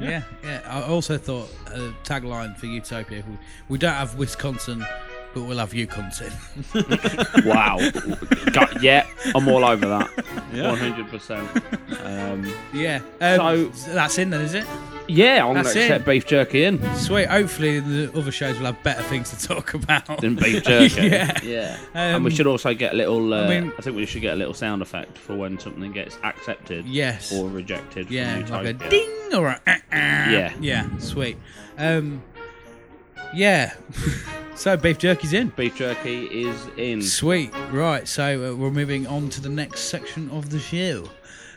Yeah, yeah. I also thought a tagline for Utopia: we- "We don't have Wisconsin, but we'll have Wisconsin." Wow. Got, yeah, I'm all over that. Yeah. 100%. Um, Yeah. Um, So- so that's in then, is it? yeah, I'm going to That's it. accept beef jerky in. Sweet. Hopefully, the other shows will have better things to talk about. Than beef jerky. Yeah. yeah. and we Um, should also get a little. Uh, I, mean- think we should get a little sound effect for when something gets accepted Yes. or rejected. from Yeah, like a Utopia. ding or a uh, uh. Yeah. yeah, sweet. Um, yeah. so beef jerky's in. Beef jerky is in. Sweet. Right. So uh, we're moving on to the next section of the show.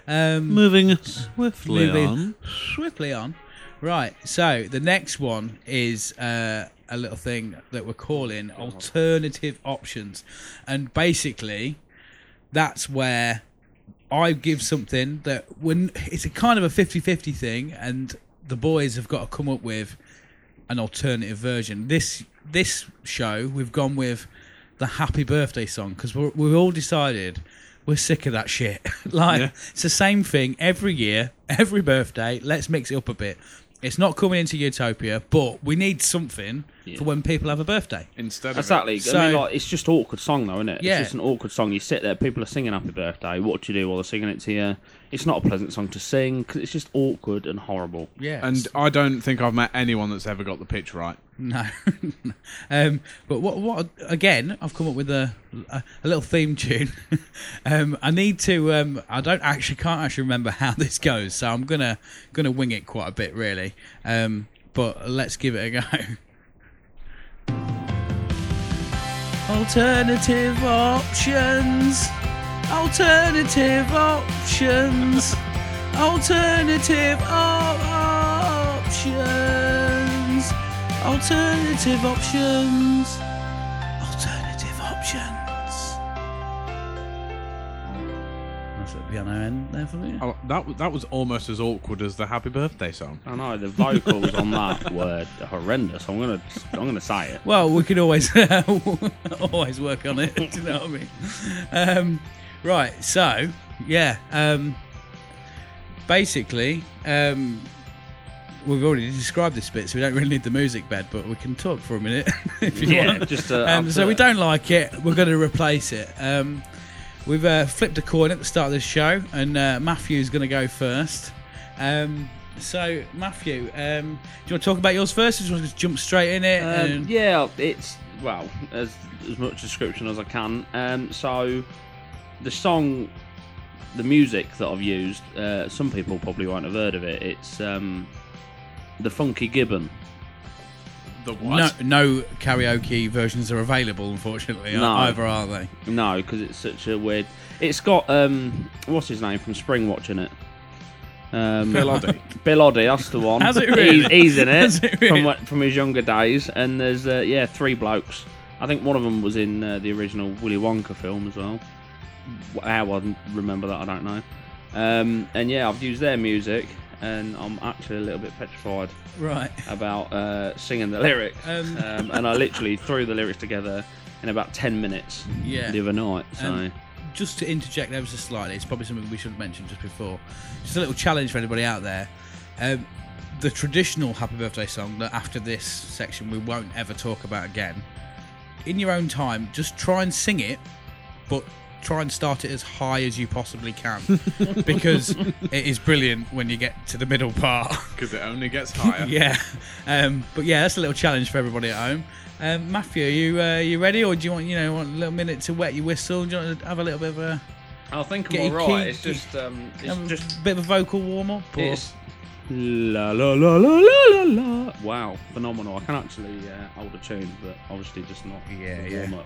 Um, Moving swiftly moving on. swiftly on. Right. So the next one is uh, a little thing that we're calling alternative options, and basically, that's where I give something that when it's a kind of a 50-50 thing, and the boys have got to come up with an alternative version. This this show we've gone with the Happy Birthday song because we've all decided we're sick of that shit. like Yeah. it's the same thing every year, every birthday. Let's mix it up a bit. It's not coming into Utopia, but we need something Yeah. for when people have a birthday. Instead of it. Exactly. I mean, So- like, it's just an awkward song, though, isn't it? Yeah. It's just an awkward song. You sit there, people are singing "Happy Birthday." What do you do while they're singing it to you? It's not a pleasant song to sing 'cause it's just awkward and horrible. Yeah, And I don't think I've met anyone that's ever got the pitch right. No. um, but what? What? Again, I've come up with a a, a little theme tune. um, I need to. Um, I don't actually can't actually remember how this goes, so I'm gonna gonna wing it quite a bit really. Um, but let's give it a go. Alternative options. Alternative options. Alternative options. Alternative options. Alternative options. That's a piano end there for you. Oh, that w- that was almost as awkward as the Happy Birthday song. I know the vocals on that were horrendous. I'm gonna, I'm gonna say it. Well, we could always always work on it. Do you know what I mean? Um, right. So yeah. Um, basically, um, we've already described this bit, so we don't really need the music bed, but we can talk for a minute if you Yeah, want. just uh, um, so after- we don't like it. We're going to replace it. Um, we've uh, flipped a coin at the start of this show, and uh, Matthew's going to go first. Um, so Matthew, um, do you want to talk about yours first? Or do you want to jump straight in it? Um, and- yeah, it's well as as much description as I can. Um, so the song, the music that I've used, uh, some people probably won't have heard of it. It's um, the Funky Gibbon. The No, no karaoke versions are available, unfortunately. No. Either are they? No, because it's such a weird. It's got um, what's his name from Spring watching it. Um, Bill Oddie. Bill Oddie, that's the one. Has it really? He's, he's in it, Has it from really? what- from his younger days, and there's uh, yeah three blokes. I think one of them was in uh, the original Willy Wonka film as well. Wh- How I remember that, I don't know. Um, and yeah, I've used their music, and I'm actually a little bit petrified Right. about uh, singing the lyrics, Um. um, and I literally threw the lyrics together in about ten minutes Yeah. the other night. So. Um, Just to interject ever so slightly, it's probably something we should have mentioned just before. Just a little challenge for anybody out there. Um, the traditional Happy Birthday song that after this section we won't ever talk about again. In your own time, just try and sing it, but try and start it as high as you possibly can because it is brilliant when you get to the middle part. because it only gets higher. Yeah, um, but yeah, that's a little challenge for everybody at home. Um, Matthew, are you uh, you ready, or do you want you know want a little minute to wet your whistle? Do you want to have a little bit of a, I think Get I'm your alright. key- It's just, um, it's um, just, bit of a vocal warm up? Or... it's la la la la la la la. Wow, phenomenal! I can actually uh, hold a tune, but obviously just not Yeah, the yeah. warm up.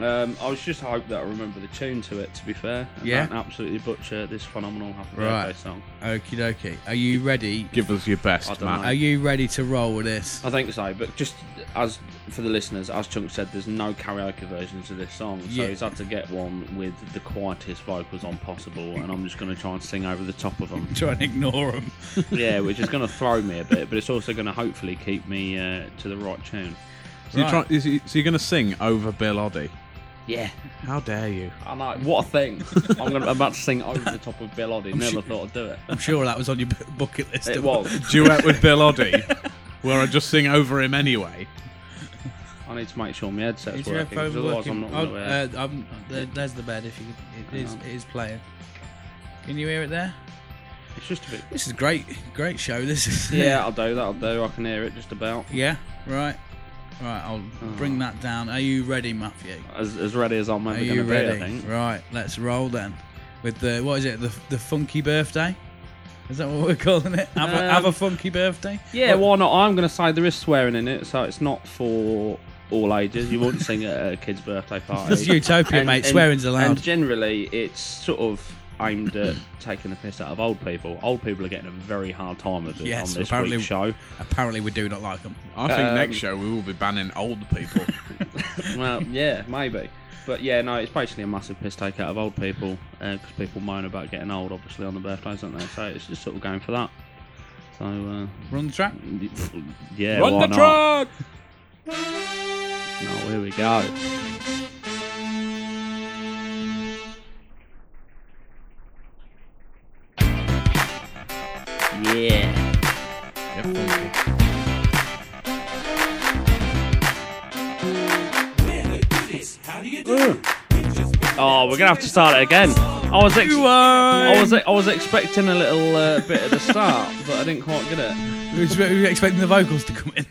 Um, I was just hope that I remember the tune to it. To be fair, and Yeah. don't absolutely butcher this phenomenal happy Right. birthday song. Okie dokie. Are you ready? Give us your I best, don't Matt. Are you ready to roll with this? I think so, but just as for the listeners, as Chunk said, there's no karaoke versions of this song, so Yeah. he's had to get one with the quietest vocals on possible, and I'm just going to try and sing over the top of them. Try and ignore them. yeah, which is going to throw me a bit, but it's also going to hopefully keep me uh, to the right tune. So, you're Right. trying, is he- so you're going to sing over Bill Oddie? Yeah, How dare you? I know. What a thing! I'm, gonna, I'm about to sing over the top of Bill Oddie. Never thought I'd do it. I'm sure that was on your bu- bucket list. It was. Duet with Bill Oddie, where I just sing over him anyway. I need to make sure my headset's Is working. Oh, your phone 'cause otherwise, working? I'm not going Oh, to. Uh-huh. uh, I'm- there- there's the bed. If you, it is, it is playing. Can you hear it there? uh, It's just a bit. This is great, great show. This is Yeah, I'll do that. I'll do. I can hear it just about. yeah. Right, right. I'll bring Hmm. that down. Are you ready, Matthew? As, as ready as I'm ever Are going to you be, ready? I think. Right, let's roll then. With the what is it? The the funky birthday? Is that what we're calling it? Have, a, Um, have a funky birthday? Yeah, why not? I'm going to say there is swearing in it, so it's not for all ages. You won't sing at a kid's birthday party. It's utopia, And- mate. and- Swearing's allowed. And generally, it's sort of aimed at taking the piss out of old people. Old people are getting a very hard time of it Yes, on this apparently- week's show. Apparently, we do not like them. I think Um, next show we will be banning old people. well, yeah, maybe. But yeah, no, it's basically a massive piss take out of old people because people moan about getting old, obviously, on the birthdays, don't they? So it's just sort of going for that. So, uh, Run the track. yeah. Run why the not? truck. No, here we go. Yeah. Oh, we're gonna have to start it again. I was ex- I was I was expecting a little uh, bit at the start, but I didn't quite get it. We were- we were expecting the vocals to come in.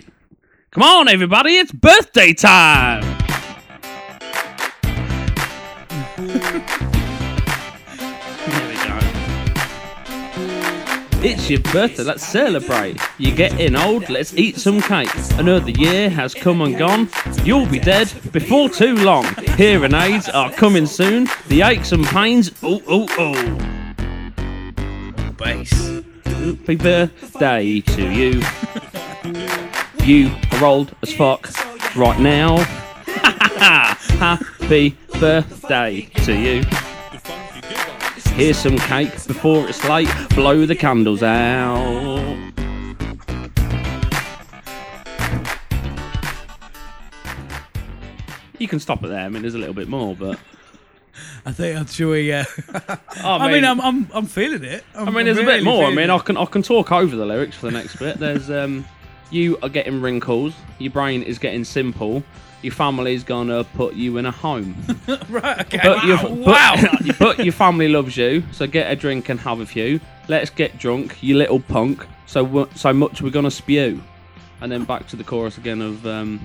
Come on, everybody! It's birthday time. Here we go. It's your birthday, let's celebrate. You're getting old, let's eat some cake. Another year has come and gone. You'll be dead before too long. Hearing aids are coming soon. The aches and pains, ooh, ooh, ooh. Bass. Happy birthday to you. You are old as fuck right now. Happy birthday to you. Here's some cake before it's late. Blow the candles out. You can stop it there. I mean, there's a little bit more, but oh, I think I'm sure we. Uh, I I mean, mean- I'm, I'm I'm feeling it. I'm, I mean, there's a really bit more. I feeling mean, it. I can I can talk over the lyrics for the next bit. There's um, you are getting wrinkles. Your brain is getting simple. Your family's gonna put you in a home. right. Okay. But your, wow. but, wow. but your family loves you, so get a drink and have a few. Let's get drunk, you little punk. So w- so much we're gonna spew, and then back to the chorus again of um,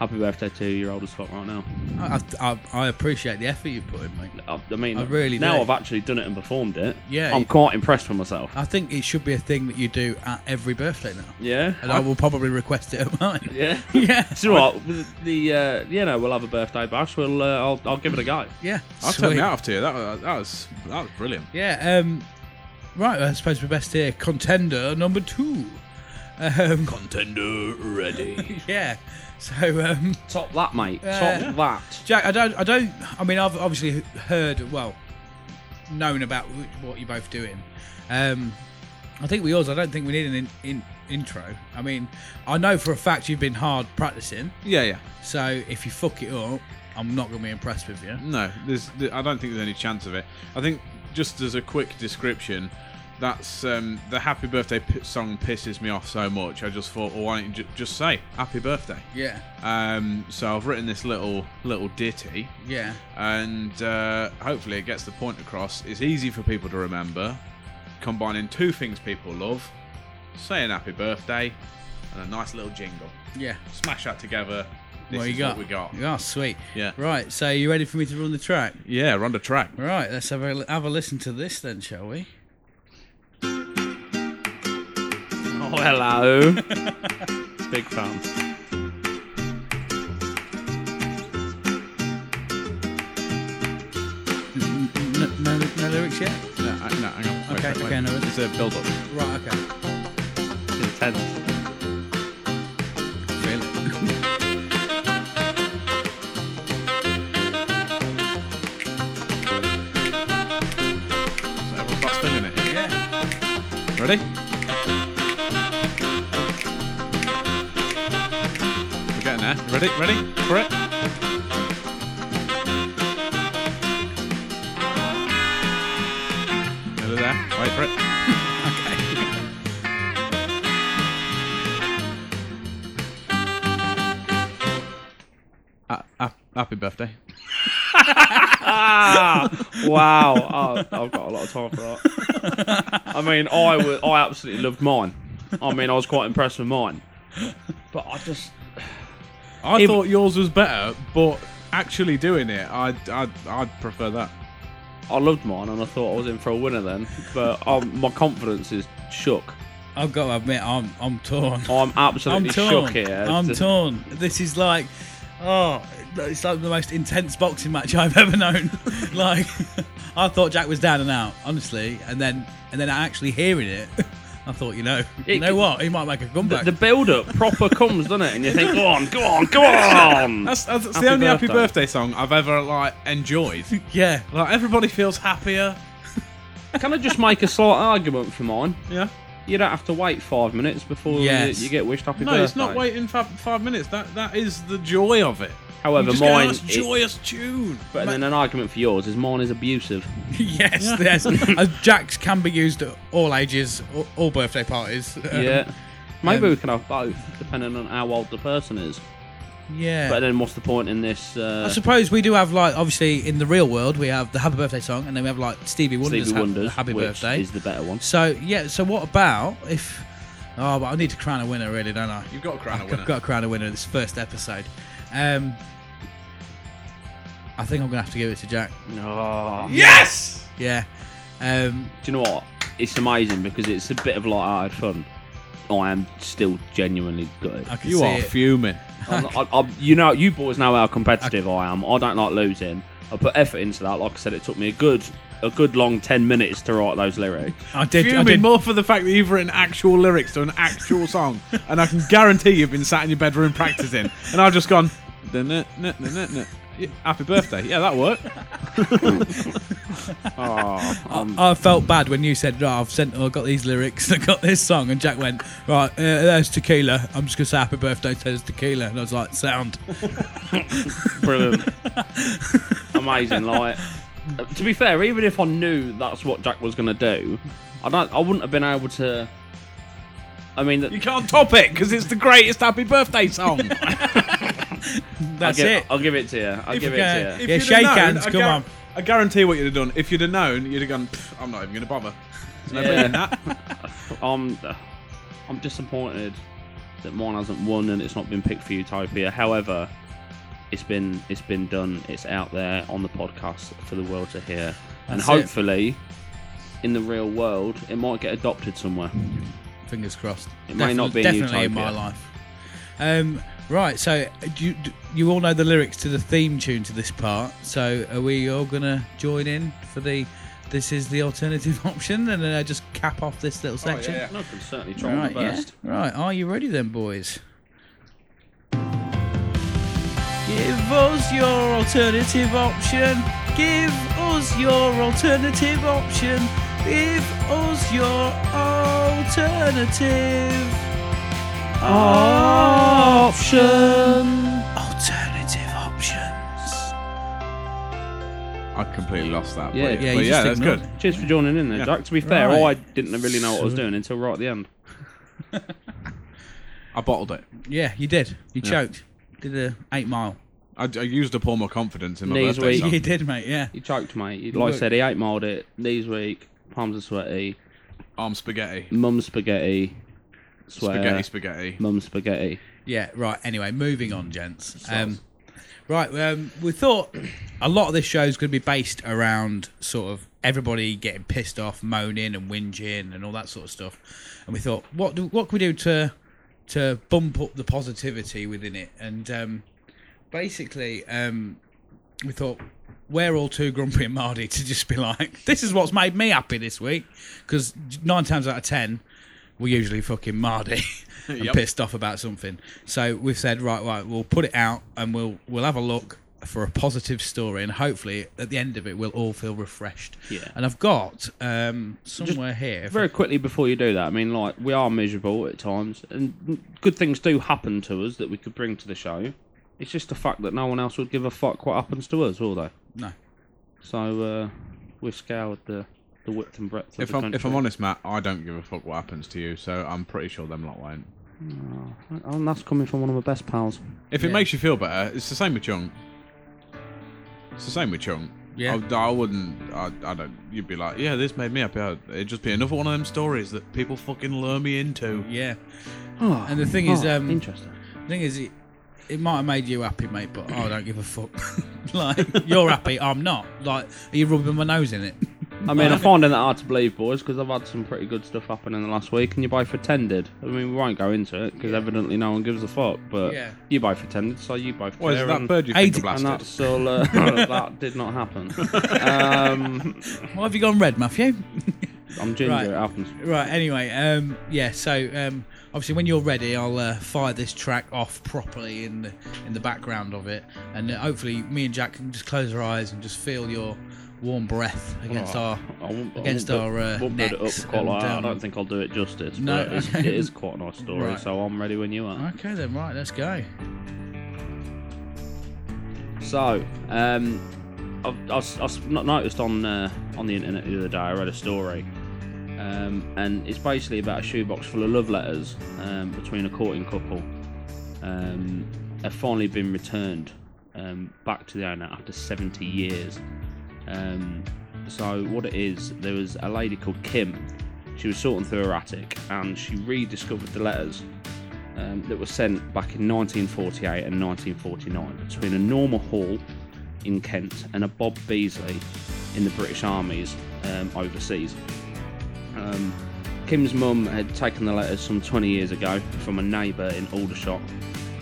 happy birthday to your old as fuck right now. I, I, I appreciate the effort you put in, mate. I, I mean, I really now do. I've actually done it and performed it. Yeah. Uh, I'm quite impressed with myself. I think it should be a thing that you do at every birthday now, Yeah, and I will probably request it at mine. yeah. Yeah. Do you know what? With The uh, you know we'll have a birthday bash. We'll uh, I'll, I'll give it a go. Yeah. I'll sweet. turn my hat off to you. That was, that was that was brilliant. Yeah. Um, right. I suppose we're best here. Contender number two. Um, Contender ready. yeah. So um, Top that, mate. Yeah. Top that. Jack, I don't, I don't. I mean, I've obviously heard, well, known about wh- what you're both doing. Um, I think we yours. I don't think we need an in, in, intro. I mean, I know for a fact you've been hard practicing. Yeah, yeah. So if you fuck it up, I'm not gonna be impressed with you. No, there's. th- I don't think there's any chance of it. I think just as a quick description, that's um, the Happy Birthday p- song pisses me off so much. I just thought, well, why don't you ju- just say Happy Birthday? Yeah. Um, so I've written this little little ditty, Yeah. and uh, hopefully it gets the point across. It's easy for people to remember, combining two things people love: saying Happy Birthday and a nice little jingle. Yeah. Smash that together. This what is you got? what we got. Oh, sweet. Yeah. Right. So you ready for me to run the track? Yeah, we're on the track. Right. Let's have a have a listen to this then, shall we? Oh hello. Big fan. No, no, no lyrics yet. No, I- no, hang on. Wait, Okay, wait, wait. okay, no, it's- It's a build-up. Right. Okay. Intense. Feel it. So everyone starts spinning it. Yeah. Ready? We're getting there. Ready? Ready for it? Nearly there. Wait for it. Uh, Ah, ah, Happy birthday. Wow, I, I've got a lot of time for that. I mean, I wa- I absolutely loved mine. I mean, I was quite impressed with mine. But I just, I If- thought yours was better, but actually doing it, I'd, I'd, I'd prefer that. I loved mine, and I thought I was in for a winner then. But um, my confidence is shook. I've got to admit, I'm I'm torn. I'm I'm absolutely torn. shook here. I'm Just- torn. This is like, oh, it's like the most intense boxing match I've ever known. like, I thought Jack was down and out, honestly, and then and then actually hearing it, I thought, you know, you It- know what, he might make a The, comeback. the build-up proper comes, doesn't it? And you think, go on, go on, go on. That's, that's, that's Happy the only happy birthday. birthday song I've ever like enjoyed. yeah, like everybody feels happier. Can I just make a slight argument for mine? Yeah. You don't have to wait five minutes before you- Yes. you, get wished happy No, birthday. it's not waiting five, five minutes. That that is the joy of it. You However, just mine. Get a nice, is- joyous tune. but then an argument for yours is mine is abusive. yes, yes. Uh, Jacks can be used at all ages, all, all birthday parties. Um, yeah. Maybe um, we can have both, depending on how old the person is. yeah. But then, what's the point in this? Uh, I suppose we do have like obviously in the real world we have the Happy Birthday song and then we have like Stevie Wonder's Stevie ha- Wonder's Happy which Birthday. is the better one. So yeah, so what about if? Oh, but I need to crown a winner, really, don't I? You've got to crown a I've winner. got to crown a winner in this first episode. Um, I think I'm gonna have to give it to Jack. Ah. No. Yes. Yeah. Um, Do you know what? It's amazing because it's a bit of light-hearted fun. I am still genuinely gutted. I can You see are it. fuming. I'm, I, I, you know, you boys know how competitive I am. I don't like losing. I put effort into that. Like I said, it took me a good, a good long ten minutes to write those lyrics. I did. I Fuming did. more for the fact that you've written actual lyrics to an actual song, and I can guarantee you've been sat in your bedroom practicing, and I've just gone. "Dun, dun, dun, dun, dun, dun." Yeah, Happy birthday. Yeah, that worked. Ah. Oh, um, I felt bad when you said, "Oh, I've sent, oh, I've got these lyrics, I got this song," and Jack went, "Right, uh, there's tequila. I'm just gonna say happy birthday to there's tequila," and I was like, "Sound." brilliant, amazing. Like, to be fair, even if I knew that's what Jack was gonna do, I don't. I wouldn't have been able to. I mean, You that- can't top it because it's the greatest happy birthday song. I'll That's give, it. I'll give it to you. I'll give it okay. to you. If- Yeah, you'd have shake known, hands, I come on. I guarantee what you'd have done. If you'd have known, you'd have gone, "Pff, I'm not even going to bother. There's no Yeah. point in that. I'm, I'm disappointed that mine hasn't won and it's not been picked for Utopia. However, it's been it's been done. It's out there on the podcast for the world to hear, and That's it. hopefully, in the real world, it might get adopted somewhere. Fingers crossed. It may not be in definitely in my Utopia. life. Um, right, so uh, do you, do you all know the lyrics to the theme tune to this part. So are we all gonna join in for the? This is the alternative option, and then I just cap off this little section. Oh, yeah. No, I can certainly try Right, my best. yeah. Right, are you ready then, boys? Give us your alternative option. Give us your alternative option. Give us your alternative option. Alternative options. I completely lost that. Yeah, but, yeah, but you yeah, just that's ignored good. it. Cheers for joining in there, Yeah. Jack. To be fair, Right. I didn't really know what I was doing until right at the end. I bottled it. Yeah, you did. You Yeah. choked. Did a eight mile. I, I used up all my confidence in my Knees birthday weak. song. You did, mate. Yeah. He choked, mate. He- Like I said, he eight miled it. Knees weak, palms are sweaty, Arm spaghetti. mum spaghetti, swear, Spaghetti, spaghetti. mum spaghetti. Yeah, right. Anyway, moving on, gents. Um, right, um, we thought a lot of this show is going to be based around sort of everybody getting pissed off, moaning and whinging and all that sort of stuff. And we thought, what do, what can we do to to bump up the positivity within it? And um, basically, um, we thought we're all too grumpy and mardy to just be like, this is what's made me happy this week. Because nine times out of ten, we're usually fucking mardy and Yep. pissed off about something. So we've said, right, right, we'll put it out and we'll we'll have a look for a positive story, and hopefully at the end of it, we'll all feel refreshed. Yeah. And I've got um, somewhere here. if I- Very quickly before you do that, I mean, like we are miserable at times, and good things do happen to us that we could bring to the show. It's just the fact that no one else would give a fuck what happens to us, will they? No. So uh, we've scoured the the width and breadth of If the I'm, country. if I'm honest, Matt, I don't give a fuck what happens to you, so I'm pretty sure them lot won't. Oh, and that's coming from one of my best pals. If it makes you feel better, it's the same with Chung. It's the same with Chung. Yeah. I, I wouldn't. I, I don't. You'd be like, yeah, this made me happy. I'd- It'd just be another one of them stories that people fucking lure me into. Yeah. Oh, And the thing is, um, interesting. The thing is, it, it might have made you happy, mate, but I don't give a fuck. like, you're happy, I'm not. Like, are you rubbing my nose in it? I mean, I'm finding that hard to believe, boys, because I've had some pretty good stuff happen in the last week, and you buy for tended. I mean, we won't go into it because evidently no one gives a fuck. But Yeah. you buy for tended, so you buy for What is it, there, that and- bird you think Eight- of And blasted? that's all. Uh, that did not happen. Um, Why have you gone red, Matthew? I'm ginger. Right. It happens. right, anyway, um, yeah, so um, obviously when you're ready, I'll uh, fire this track off properly in the, in the background of it, and uh, hopefully me and Jack can just close our eyes and just feel your warm breath against Oh, our. I won't, I against won't our, build- uh, won't build it necks up quite and, like that. I um, don't think I'll do it justice. no, but it's, okay. it is quite a nice story. Right. So I'm ready when you are. Okay, then, right, let's go. So, um, I've, I've, I've not noticed on uh, on the internet the other day. I read a story, um, and it's basically about a shoebox full of love letters um, between a courting couple. Um, have finally been returned um, back to the owner after 70 years. Um, so what it is, there was a lady called Kim. She was sorting through her attic, and she rediscovered the letters um, that were sent back in 1948 and 1949 between a Norma Hall in Kent and a Bob Beasley in the British armies um, overseas. Um, Kim's mum had taken the letters some 20 years ago from a neighbour in Aldershot.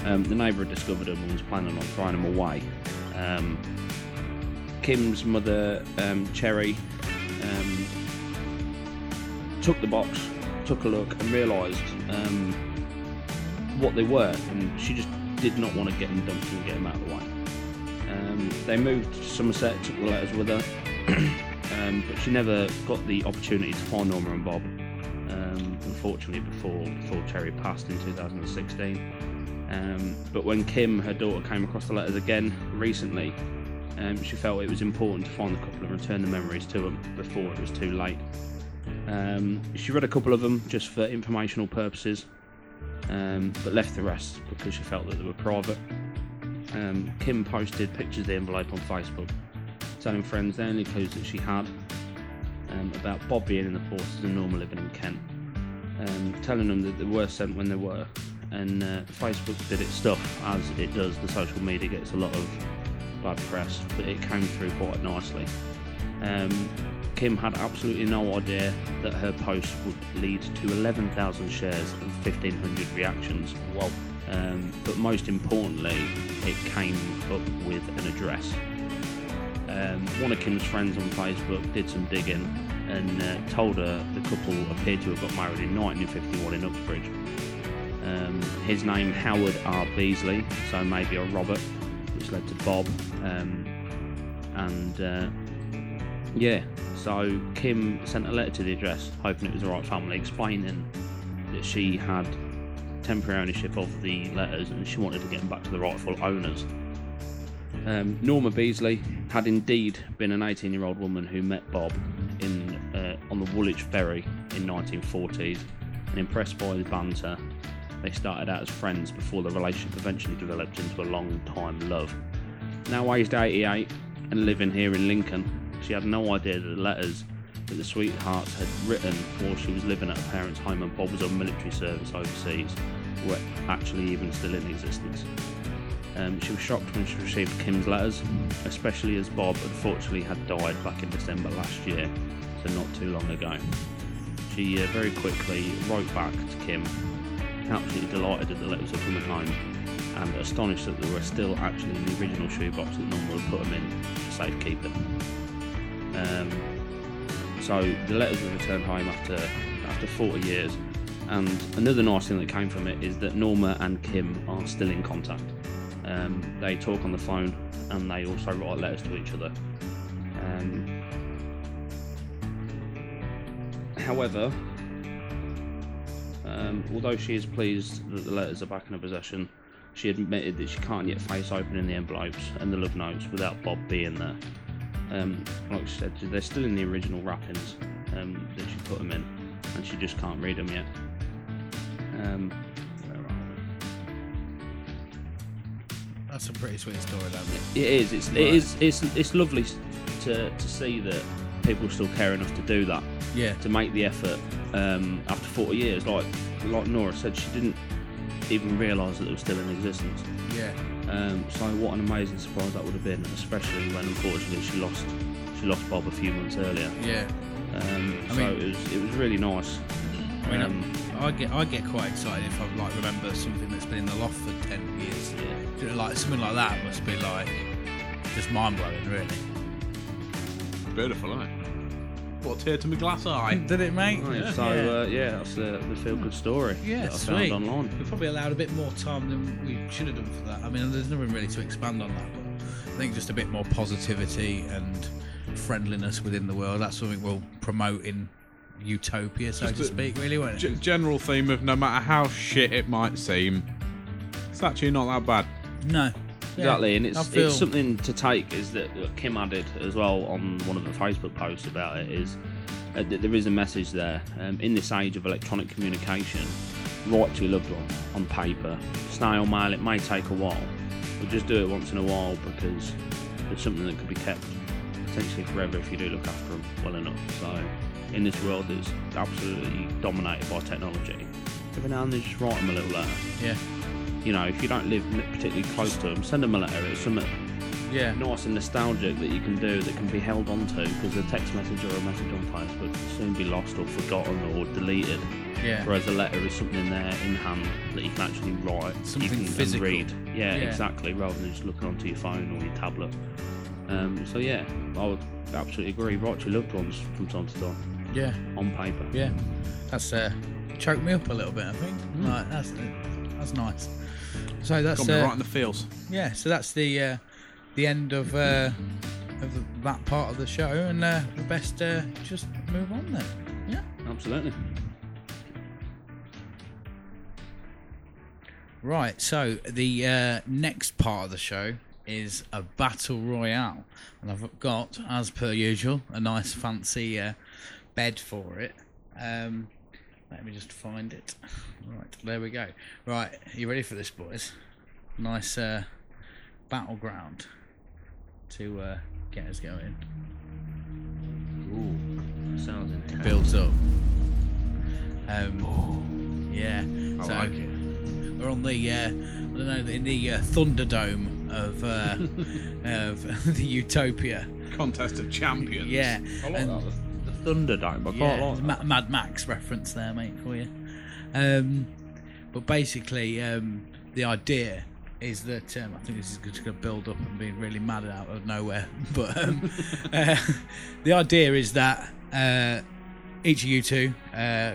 Um, the neighbour had discovered them and was planning on throwing them away. Um, Kim's mother, um, Cherry, um, took the box, took a look, and realised um, what they were, and she just did not want to get them dumped and get them out of the way. Um, they moved to Somerset, took the letters with her, um, but she never got the opportunity to find Norma and Bob. Um, unfortunately, before before Terry passed in 2016. Um, but when Kim, her daughter, came across the letters again recently, um, she felt it was important to find the couple and return the memories to them before it was too late. Um, she read a couple of them just for informational purposes, um, but left the rest because she felt that they were private. Um, Kim posted pictures of the envelope on Facebook, telling friends the only clues that she had um, about Bob being in the forces and Norma living in Kent, um, telling them that they were sent when they were. And uh, Facebook did its stuff as it does. The social media gets a lot of bad press, but it came through quite nicely. Um, Kim had absolutely no idea that her post would lead to 11,000 shares and 1,500 reactions. Wow. Um, but most importantly, it came up with an address. Um, one of Kim's friends on Facebook did some digging and uh, told her the couple appeared to have got married in 1951 in Uxbridge. Um, his name Howard R. Beasley, so maybe a Robert, which led to Bob. Um, and uh, yeah, so Kim sent a letter to the address, hoping it was the right family, explaining that she had temporary ownership of the letters and she wanted to get them back to the rightful owners. Um, Norma Beasley had indeed been an 18-year-old woman who met Bob in uh, on the Woolwich Ferry in 1940s, and impressed by his banter, they started out as friends before the relationship eventually developed into a long-time love. Now aged 88 and living here in Lincoln, she had no idea that the letters that the sweethearts had written while she was living at her parents' home and Bob was on military service overseas were actually even still in existence. Um, she was shocked when she received Kim's letters, especially as Bob unfortunately had died back in December last year, so not too long ago. She uh, very quickly wrote back to Kim, absolutely delighted that the letters were coming home, and astonished that they were still actually in the original shoebox that Norma had put them in for safekeeping. Um, so the letters were returned home after after 40 years. And another nice thing that came from it is that Norma and Kim are still in contact. Um, they talk on the phone and they also write letters to each other. Um, however, um, although she is pleased that the letters are back in her possession, she admitted that she can't yet face opening the envelopes and the love notes without Bob being there um, like she said, they're still in the original wrappings um, that she put them in, and she just can't read them yet. Um, where are That's a pretty sweet story, though. we? It is. It's. It is. It's. It's lovely. to, to see that people still care enough to do that, Yeah. to make the effort um, after 40 years. Like like Nora said, she didn't even realise that it was still in existence. Yeah. Um, so what an amazing surprise that would have been, especially when unfortunately she lost she lost Bob a few months earlier. Yeah. Um, I so mean- it was it was really nice. I mean, Um, I get I get quite excited if I like remember something that's been in the loft for ten years. yeah. You know, Like something like that must be like just mind blowing, really. Beautiful, isn't it? What a tear to my glass eye. Did it, mate? Right, Yeah. so uh, yeah, that's the, the feel good story Yeah, that I sweet. found online. We probably allowed a bit more time than we should have done for that. I mean, there's nothing really to expand on that, but I think just a bit more positivity and friendliness within the world. That's something we'll promote in utopia, so Just to a- speak, really, won't G- it? general theme of no matter how shit it might seem, it's actually not that bad. No. Exactly, and I it's, feel- it's something to take is that that Kim added as well on one of the Facebook posts about it is uh, that there is a message there um, in this age of electronic communication. Write to your loved one on paper, snail mail. It may take a while, but just do it once in a while because it's something that could be kept potentially forever if you do look after them well enough. So, in this world that's absolutely dominated by technology, every now and then just write them a little letter Yeah. you know, if you don't live n- particularly close to them, send them a letter. It's something Yeah. nice and nostalgic that you can do that can be held onto because a text message or a message on Facebook will soon be lost or forgotten or deleted. Yeah. Whereas a letter is something there in hand that you can actually write, Something you can and physical. read. Yeah, Yeah. exactly. Rather than just looking onto your phone or your tablet. Um, so yeah, I would absolutely agree. Write your loved ones from time to time Yeah. on paper. Yeah, that's uh, choked me up a little bit. I think right, that's that's nice. So that's Mm. Got me uh, right in the feels. yeah. So that's the uh, the end of uh, of the, that part of the show, and uh, the best uh, just move on then. Yeah. Absolutely. Right. So the uh, next part of the show is a battle royale, and I've got, as per usual, a nice fancy uh, bed for it. Um, let me just find it. Right, there we go. Right, you ready for this, boys? Nice uh, battleground to uh, get us going. Sounds intense. Built up. Um, yeah. I so- like it. we're on the uh, I don't know in the uh, Thunderdome of uh, of the Utopia. Contest of champions. Yeah, and- The Thunderdome. I yeah, quite like that. Ma- Mad Max reference there, mate, for you. Um, but basically, um, the idea is that um, I think this is just going to build up and be really mad out of nowhere. But um, uh, the idea is that uh, each of you two uh,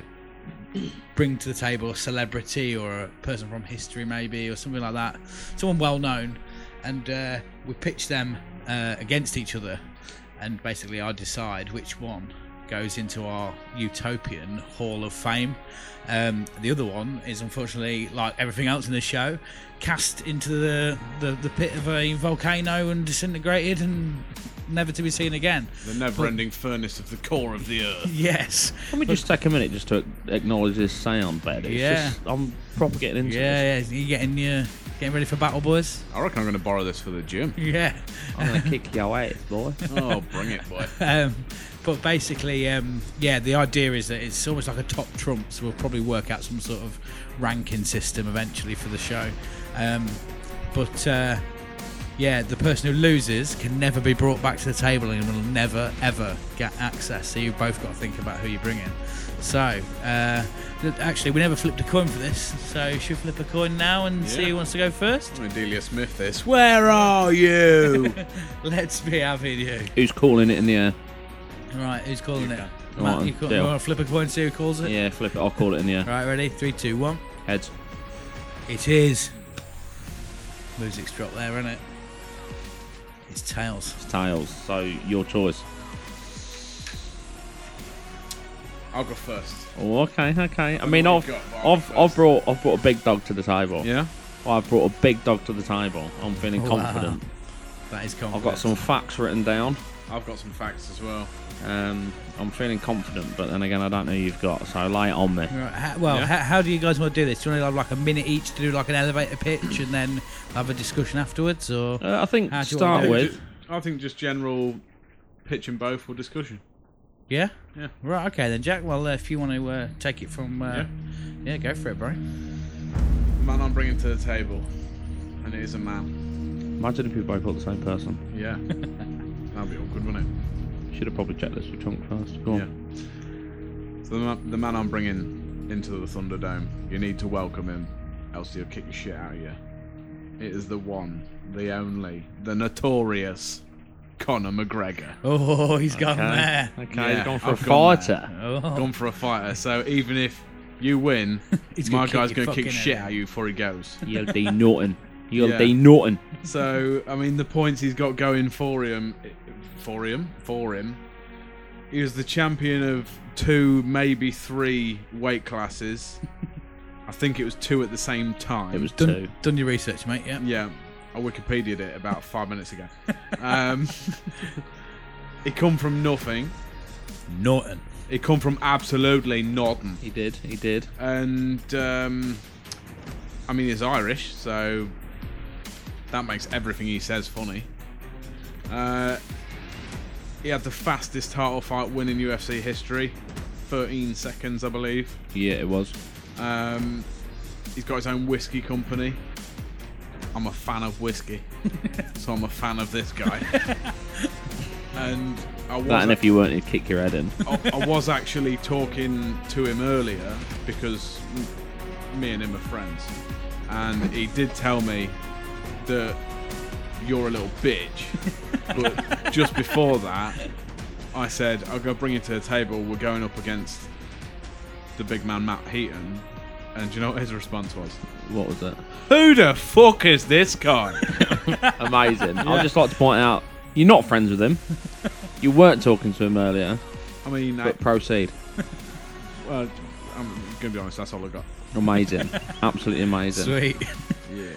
bring to the table a celebrity or a person from history, maybe, or something like that, someone well known, and uh, we pitch them uh, against each other. And basically, I decide which one goes into our utopian hall of fame. Um, the other one is unfortunately, like everything else in the show, cast into the, the, the pit of a volcano and disintegrated and never to be seen again. The never-ending furnace of the core of the earth. Yes. Can we just take a minute just to acknowledge this sound bed? It's Yeah. just- I'm proper getting into this. Yeah, yeah. You getting your getting ready for battle, boys? I reckon I'm going to borrow this for the gym. Yeah. I'm going to kick your ass, boy. Oh, bring it, boy. Um, but basically, um, yeah, the idea is that it's almost like a top trump, so we'll probably work out some sort of ranking system eventually for the show. Um, but uh, yeah, the person who loses can never be brought back to the table and will never ever get access. So you've both got to think about who you bring in. So uh, th- actually, we never flipped a coin for this, so should flip a coin now and see Yeah. who wants to go first. I'm Adelia Smith this. Where are you? Let's be having you. Who's calling it in the air? Right, who's calling it? Go Matt, on, you, call, Dale. you want to flip a coin and see who calls it? Yeah, flip it. I'll call it in the air. Right, ready? Three, two, one. Heads. It is. Music's dropped there, isn't it? It's tails. It's tails. So your choice. I'll go first. Oh, okay, okay. I mean, what I've, we've got, but I've, I'll I've brought, I've brought a big dog to the table. Yeah. I've brought a big dog to the table. I'm feeling Wow. confident. That is confident. I've got some facts written down. I've got some facts as well. Um, I'm feeling confident, but then again, I don't know who you've got. So lay it on me. Right, how, well, Yeah. how, how do you guys want to do this? Do you want to have like a minute each to do like an elevator pitch and then have a discussion afterwards, or Uh, I think How do you start want with. I think just general pitch them both for discussion. Yeah. Yeah. Right. Okay then, Jack. Well, uh, if you want to uh, take it from, uh, yeah. Yeah. go for it, bro. The man I'm bringing to the table, and it is a man. Imagine if we both got the same person. Yeah. That'd be awkward, wouldn't it? Should have probably checked this with Chunk first. Go on. Yeah. So the man, the man I'm bringing into the Thunderdome, you need to welcome him, else he'll kick the shit out of you. It is the one, the only, the notorious Conor McGregor. Oh, he's gone Okay. there. Okay, Yeah, he's gone for I've a gone fighter. Oh. Gone for a fighter, so even if you win, He's gonna my kick guy's your going to kick fucking shit head in. out of you before he goes. You'll be Norton. You'll Yeah. be Norton. So, I mean, the points he's got going for him, for him, for him, he was the champion of two, maybe three weight classes. I think it was two at the same time. It was two. Done, done your research, mate. Yeah. Yeah, I Wikipedia'd it about five minutes ago. Um, he come from nothing. Norton. He come from absolutely nothing, He did. He did. and um, I mean he's Irish, so that makes everything he says funny. Uh, he had the fastest title fight win in UFC history, 13 seconds, I believe. Yeah, it was. Um, he's got his own whiskey company. I'm a fan of whiskey, so I'm a fan of this guy. and I was, That and if you weren't, he'd kick your head in. I, I was actually talking to him earlier because m- me and him are friends, and he did tell me that you're a little bitch. but just before that, I said I'll go bring you to the table. We're going up against the big man Matt Heaton, and do you know what his response was? What was it? Who the fuck is this guy? Amazing. I'd just like to point out, you're not friends with him. You weren't talking to him earlier. I mean, I, But proceed. well, I'm gonna be honest. That's all I got. Amazing. Absolutely amazing. Sweet. Yeah.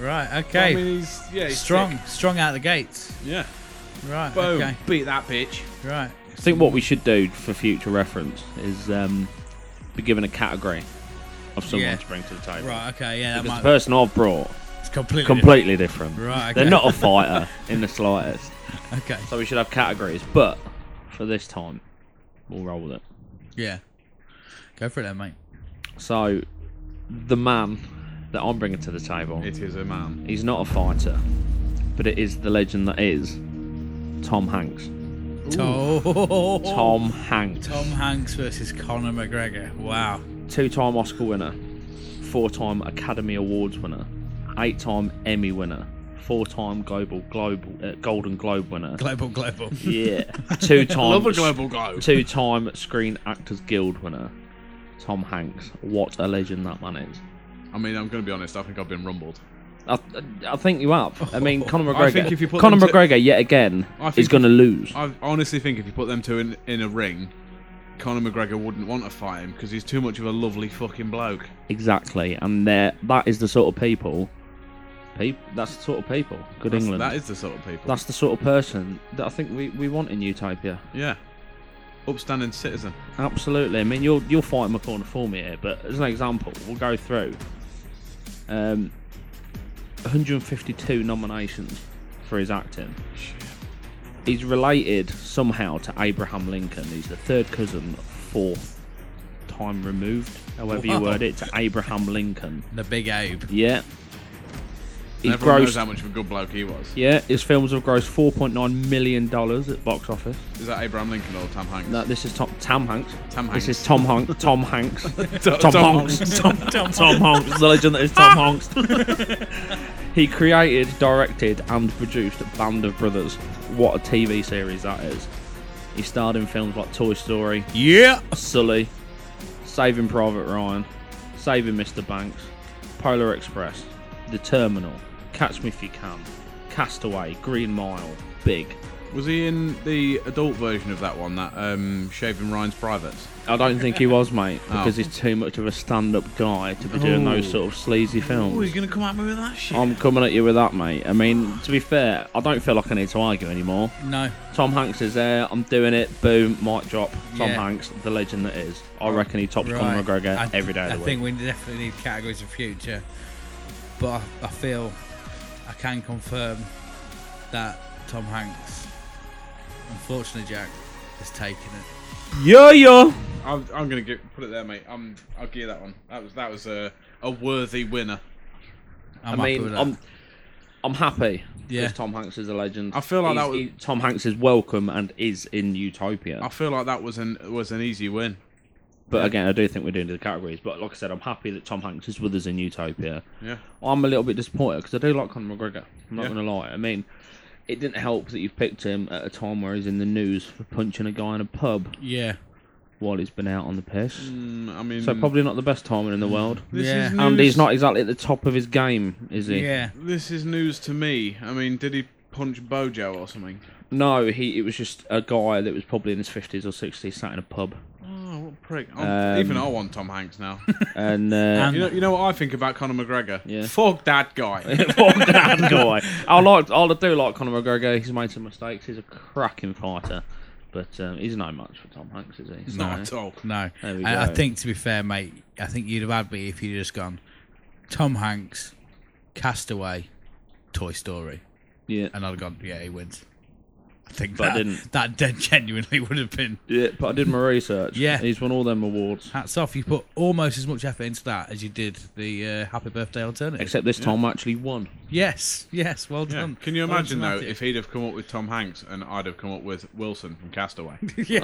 right. Okay. I mean, he's yeah, he's strong. thick. Strong out the gates. Yeah. Right. Boom. Okay. Beat that bitch. Right. I think what we should do for future reference is um, be given a category of someone Yeah. to bring to the table. Right. Okay. Yeah. That Because might. the person I've brought It's completely. completely different. Right, okay. They're not a fighter in the slightest. Okay. So we should have categories, but for this time, we'll roll with it. Yeah. Go for it, then, mate. So the man that I'm bringing to the table, It is a man. he's not a fighter, but it is the legend that is Tom Hanks. Tom. Tom Hanks, Oh. Tom Hanks versus Conor McGregor. Wow. two-time Oscar winner, four-time Academy Awards winner, eight-time Emmy winner, four-time Global Global uh, Golden Globe winner. Global. Global. yeah, two-time Love a global go. Two time Screen Actors Guild winner, Tom Hanks. What a legend that man is. I mean, I'm gonna be honest. I think I've been rumbled. I, I think you have. I mean, Conor McGregor. I think if you put Conor them to- McGregor yet again I is think going to lose. I honestly think if you put them two in, in a ring, Conor McGregor wouldn't want to fight him because he's too much of a lovely fucking bloke. Exactly, and they're- that is the sort of people. Peop, that's the sort of people. Good That's, England. that is the sort of people. That's the sort of person that I think we, we want in Utopia. yeah. Upstanding citizen. Absolutely. I mean, you'll you'll fight in my corner for me here, but as an example, we'll go through. Um, 152 nominations for his acting. He's related somehow to Abraham Lincoln. He's the third cousin, fourth time removed, however you Wow. word it, to Abraham Lincoln. The Big Abe. Yeah. He's Everyone knows grossed. how much of a good bloke he was. yeah, his films have grossed 4.9 million dollars at box office. Is that Abraham Lincoln or Tom Hanks? No, this is Tom Tam Hanks. Tom Hanks. This is Tom Hanks. Tom Hanks. Tom, Tom, Tom Honks. Tom, Tom, Honks. The legend that is Tom Honks. he created, directed, and produced Band of Brothers. What a TV series that is. He starred in films like Toy Story, Yeah. Sully, Saving Private Ryan, Saving Mr. Banks, Polar Express, The Terminal, Catch Me If You Can, Castaway, Green Mile, Big. Was he in the adult version of that one, that um, Shaving Ryan's Privates? I don't think he was, mate, Oh. because he's too much of a stand-up guy to be doing those sort of sleazy films. going to come at me with that shit. I'm coming at you with that, mate. I mean, to be fair, I don't feel like I need to argue anymore. No. Tom Hanks is there. I'm doing it. Boom, mic drop. Tom Yeah. Hanks, the legend that is. I reckon he tops Right. Conor McGregor I- every day I of the week. think we definitely need categories of future, but I, I feel I can confirm that Tom Hanks Unfortunately, Jack has taken it. Yo yo. I'm, I'm gonna get, put it there, mate. I'm, I'll gear that one. That was that was a, a worthy winner. I'm I happy mean, with that. I'm I'm happy. Yeah. because Tom Hanks is a legend. I feel like He's- that was- he- Tom Hanks is welcome and is in Utopia. I feel like that was an was an easy win. But again, I do think we're doing the categories. But like I said, I'm happy that Tom Hanks is with us in Utopia. Yeah. I'm a little bit disappointed because I do like Conor McGregor. I'm not Yeah. going to lie. I mean, it didn't help that you've picked him at a time where he's in the news for punching a guy in a pub yeah. while he's been out on the piss. Mm, I mean, So probably not the best timing in the world. this Yeah. is news, And he's not exactly at the top of his game, is he? Yeah. This is news to me. I mean, did he punch Bojo or something? No, he. It was just a guy that was probably in his fifties or sixties, sat in a pub, Oh, what a prick! I'm- Um, even I want Tom Hanks now. and, uh, you know, you know what I think about Conor McGregor? Yeah. Fuck that guy. Fuck that guy. I like, I do like Conor McGregor. He's made some mistakes. He's a cracking fighter, but um, he's no match for Tom Hanks, is he? It's No. not at all. No. There we And I go. think, to be fair, mate, I think you'd have had me if you'd just gone Tom Hanks, Castaway, Toy Story. Yeah, And I'd have gone, yeah, he wins. I think But I that, didn't. that dead genuinely would have been. yeah. But I did my research. Yeah. he's won all them awards. Hats off. You put almost as much effort into that as you did the uh, Happy Birthday alternative. Except this time, I actually won. yes, yes. Well Yeah. done. Can you Well imagine done, though Matthew. if he'd have come up with Tom Hanks and I'd have come up with Wilson from Castaway? yeah.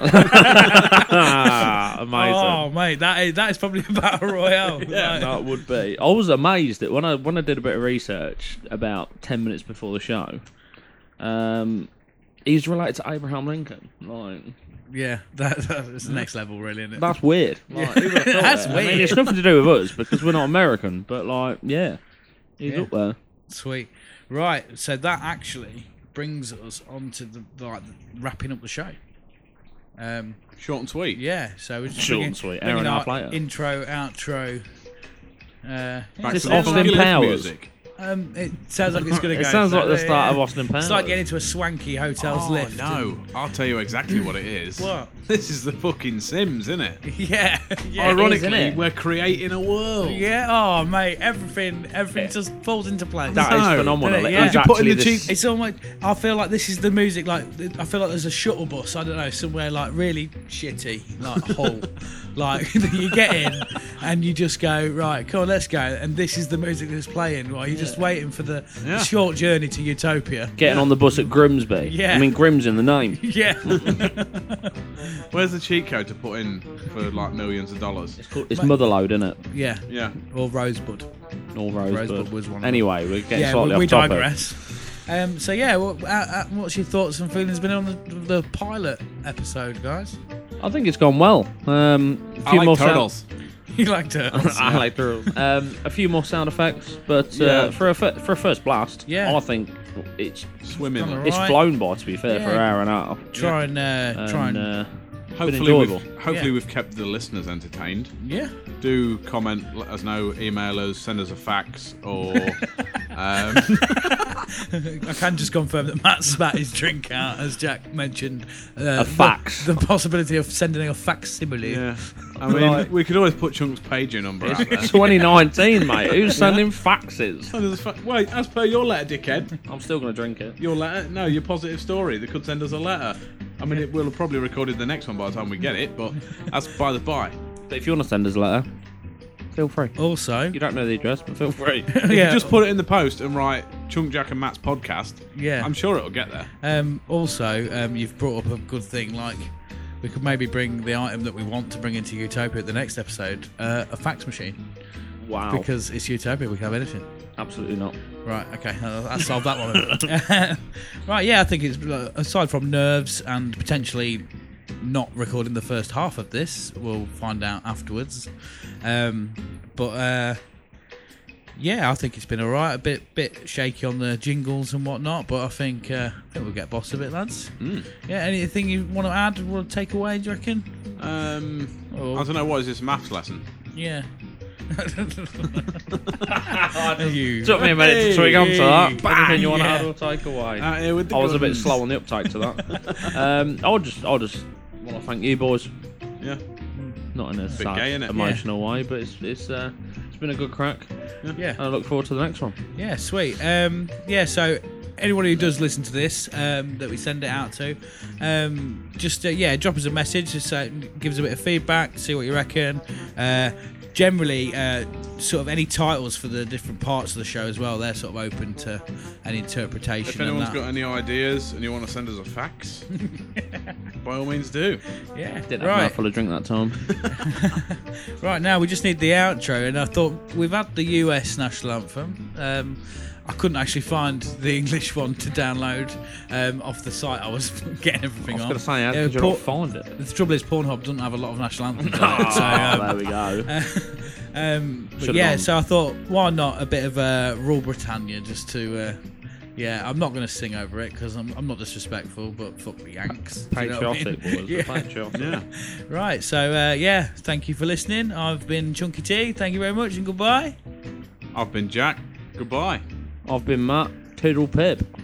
Ah, amazing. Oh, mate, that is, that is probably a battle royale. Like- That would be. I was amazed that when I when I did a bit of research about ten minutes before the show, um, he's related to Abraham Lincoln. Like Yeah, that, that's the next level, really, isn't it? that's weird. Like, who would've thought That's it? I mean, weird. it's nothing to do with us because we're not American. But like, yeah, he's Yeah. up there. Sweet. Right, so that actually brings us on to the like wrapping up the show. Um, Short and sweet. yeah, so we're just Short bringing- and sweet, hour bringing and a half our later. Intro, outro. Uh, Back Is this to the Austin Popular Powers? music. um, it sounds like it's gonna go. It sounds like the so- start of Austin Powers. It's like getting into a swanky hotel's Oh, lift. no! I'll tell you exactly what it is. What? This is the fucking Sims, isn't it? and- yeah, yeah, Ironically, innit? we're creating a world. yeah. Oh, mate, everything, everything just falls into place. That is No. phenomenal. Yeah. It is You put in actually the this- cheek- It's almost. I feel like this is the music. Like I feel like there's a shuttle bus. I don't know somewhere like really shitty, like Hull. like you get in and you just go right. Come on, let's go. And this is the music that's playing. While you're just waiting for the Yeah. short journey to utopia. Getting on the bus at Grimsby. Yeah. I mean, Grim's in the name. Yeah. Where's the cheat code to put in for like millions of dollars? It's Motherlode, isn't it? yeah. Yeah. Or Rosebud. All Rosebud. Rosebud was one of them. Anyway, we're getting yeah. slightly We, we off topic. digress. Um, so yeah, what, uh, uh, what's your thoughts and feelings been on the, the pilot episode, guys? I think it's gone well. Um, a I few like more turtles. You liked it? Sound- I like the rules. Um, a few more sound effects, but Yeah. uh, for a fir- for a first blast, Yeah. I think it's Swimming. Gonna it's Right. flown by. To be fair, for an Yeah. hour and a half. Try and, uh, And, try and uh, Hopefully, we've, enjoyable. hopefully Yeah. we've kept the listeners entertained. yeah. Do comment, let us know, email us, send us a fax, or um, I can just confirm that Matt spat his drink out, as Jack mentioned. Uh, A fax. The, the possibility of sending a facsimile. yeah. I mean, Right. we could always put Chunk's pager number out there. it's 2019, uh, mate. Who's sending faxes? Send us a fa- Wait, as per your letter, dickhead. I'm still gonna drink it. Your letter? No, your positive story. They could send us a letter. I mean, it, we'll have probably recorded the next one by the time we get it, but that's by the by. But if you want to send us a letter, feel free. Also, You don't know the address, but feel free. If Yeah. you just put it in the post and write Chunk Jack and Matt's podcast, Yeah. I'm sure it'll get there. um, also, um, you've brought up a good thing. Like, we could maybe bring the item that we want to bring into Utopia at the next episode, uh, a fax machine, Wow. because it's Utopia. We can have anything. Absolutely not. Right. Okay. I, I solved that one. right. Yeah. I think it's uh, aside from nerves and potentially not recording the first half of this, we'll find out afterwards. Um, but uh, yeah, I think it's been all right. A bit bit shaky on the jingles and whatnot, but I think uh, I think we'll get boss of it, lads. Yeah. Anything you want to add? Want to take away? Do you reckon? Um, Oh. I don't know, what is this maths lesson? Yeah. you. Took me a minute to twig onto that. Bang, Anything you want yeah. Uh, to add or take away? Out here with the I was a bit guns. slow on the uptake to that. um, I'll just, I'll just want to thank you boys, Yeah. not in a sad, gay, innit? emotional way, but it's it's uh, it's been a good crack, Yeah. and I look forward to the next one. Yeah, sweet. Um, yeah, so anyone who does listen to this um, that we send it out to, um, just uh, yeah, drop us a message. Just uh, give us a bit of feedback. See what you reckon. Uh, generally, uh, sort of any titles for the different parts of the show as well. They're sort of open to an interpretation. If and anyone's that. got any ideas and you want to send us a fax, by all means do. yeah, Didn't have a right. mouthful of drink that time. Right now, we just need the outro, and I thought we've had the US national anthem. Um, I couldn't actually find the English one to download um, off the site I was getting I everything was on. going to say, how Uh, did you Por- not find it? the trouble is, Pornhub doesn't have a lot of national anthems. on it, so, um, there we go. um, but Should've yeah, gone. so I thought, why not a bit of uh, Rule Britannia just to. Uh, yeah, I'm not going to sing over it because I'm, I'm not disrespectful, but fuck the Yanks. do you know what I mean? Patriotic, boys. Yeah. Patriotic. Yeah. Right, so uh, yeah, thank you for listening. I've been Chunky T. Thank you very much and goodbye. I've been Jack. Goodbye. I've been Matt. Toodle Pip.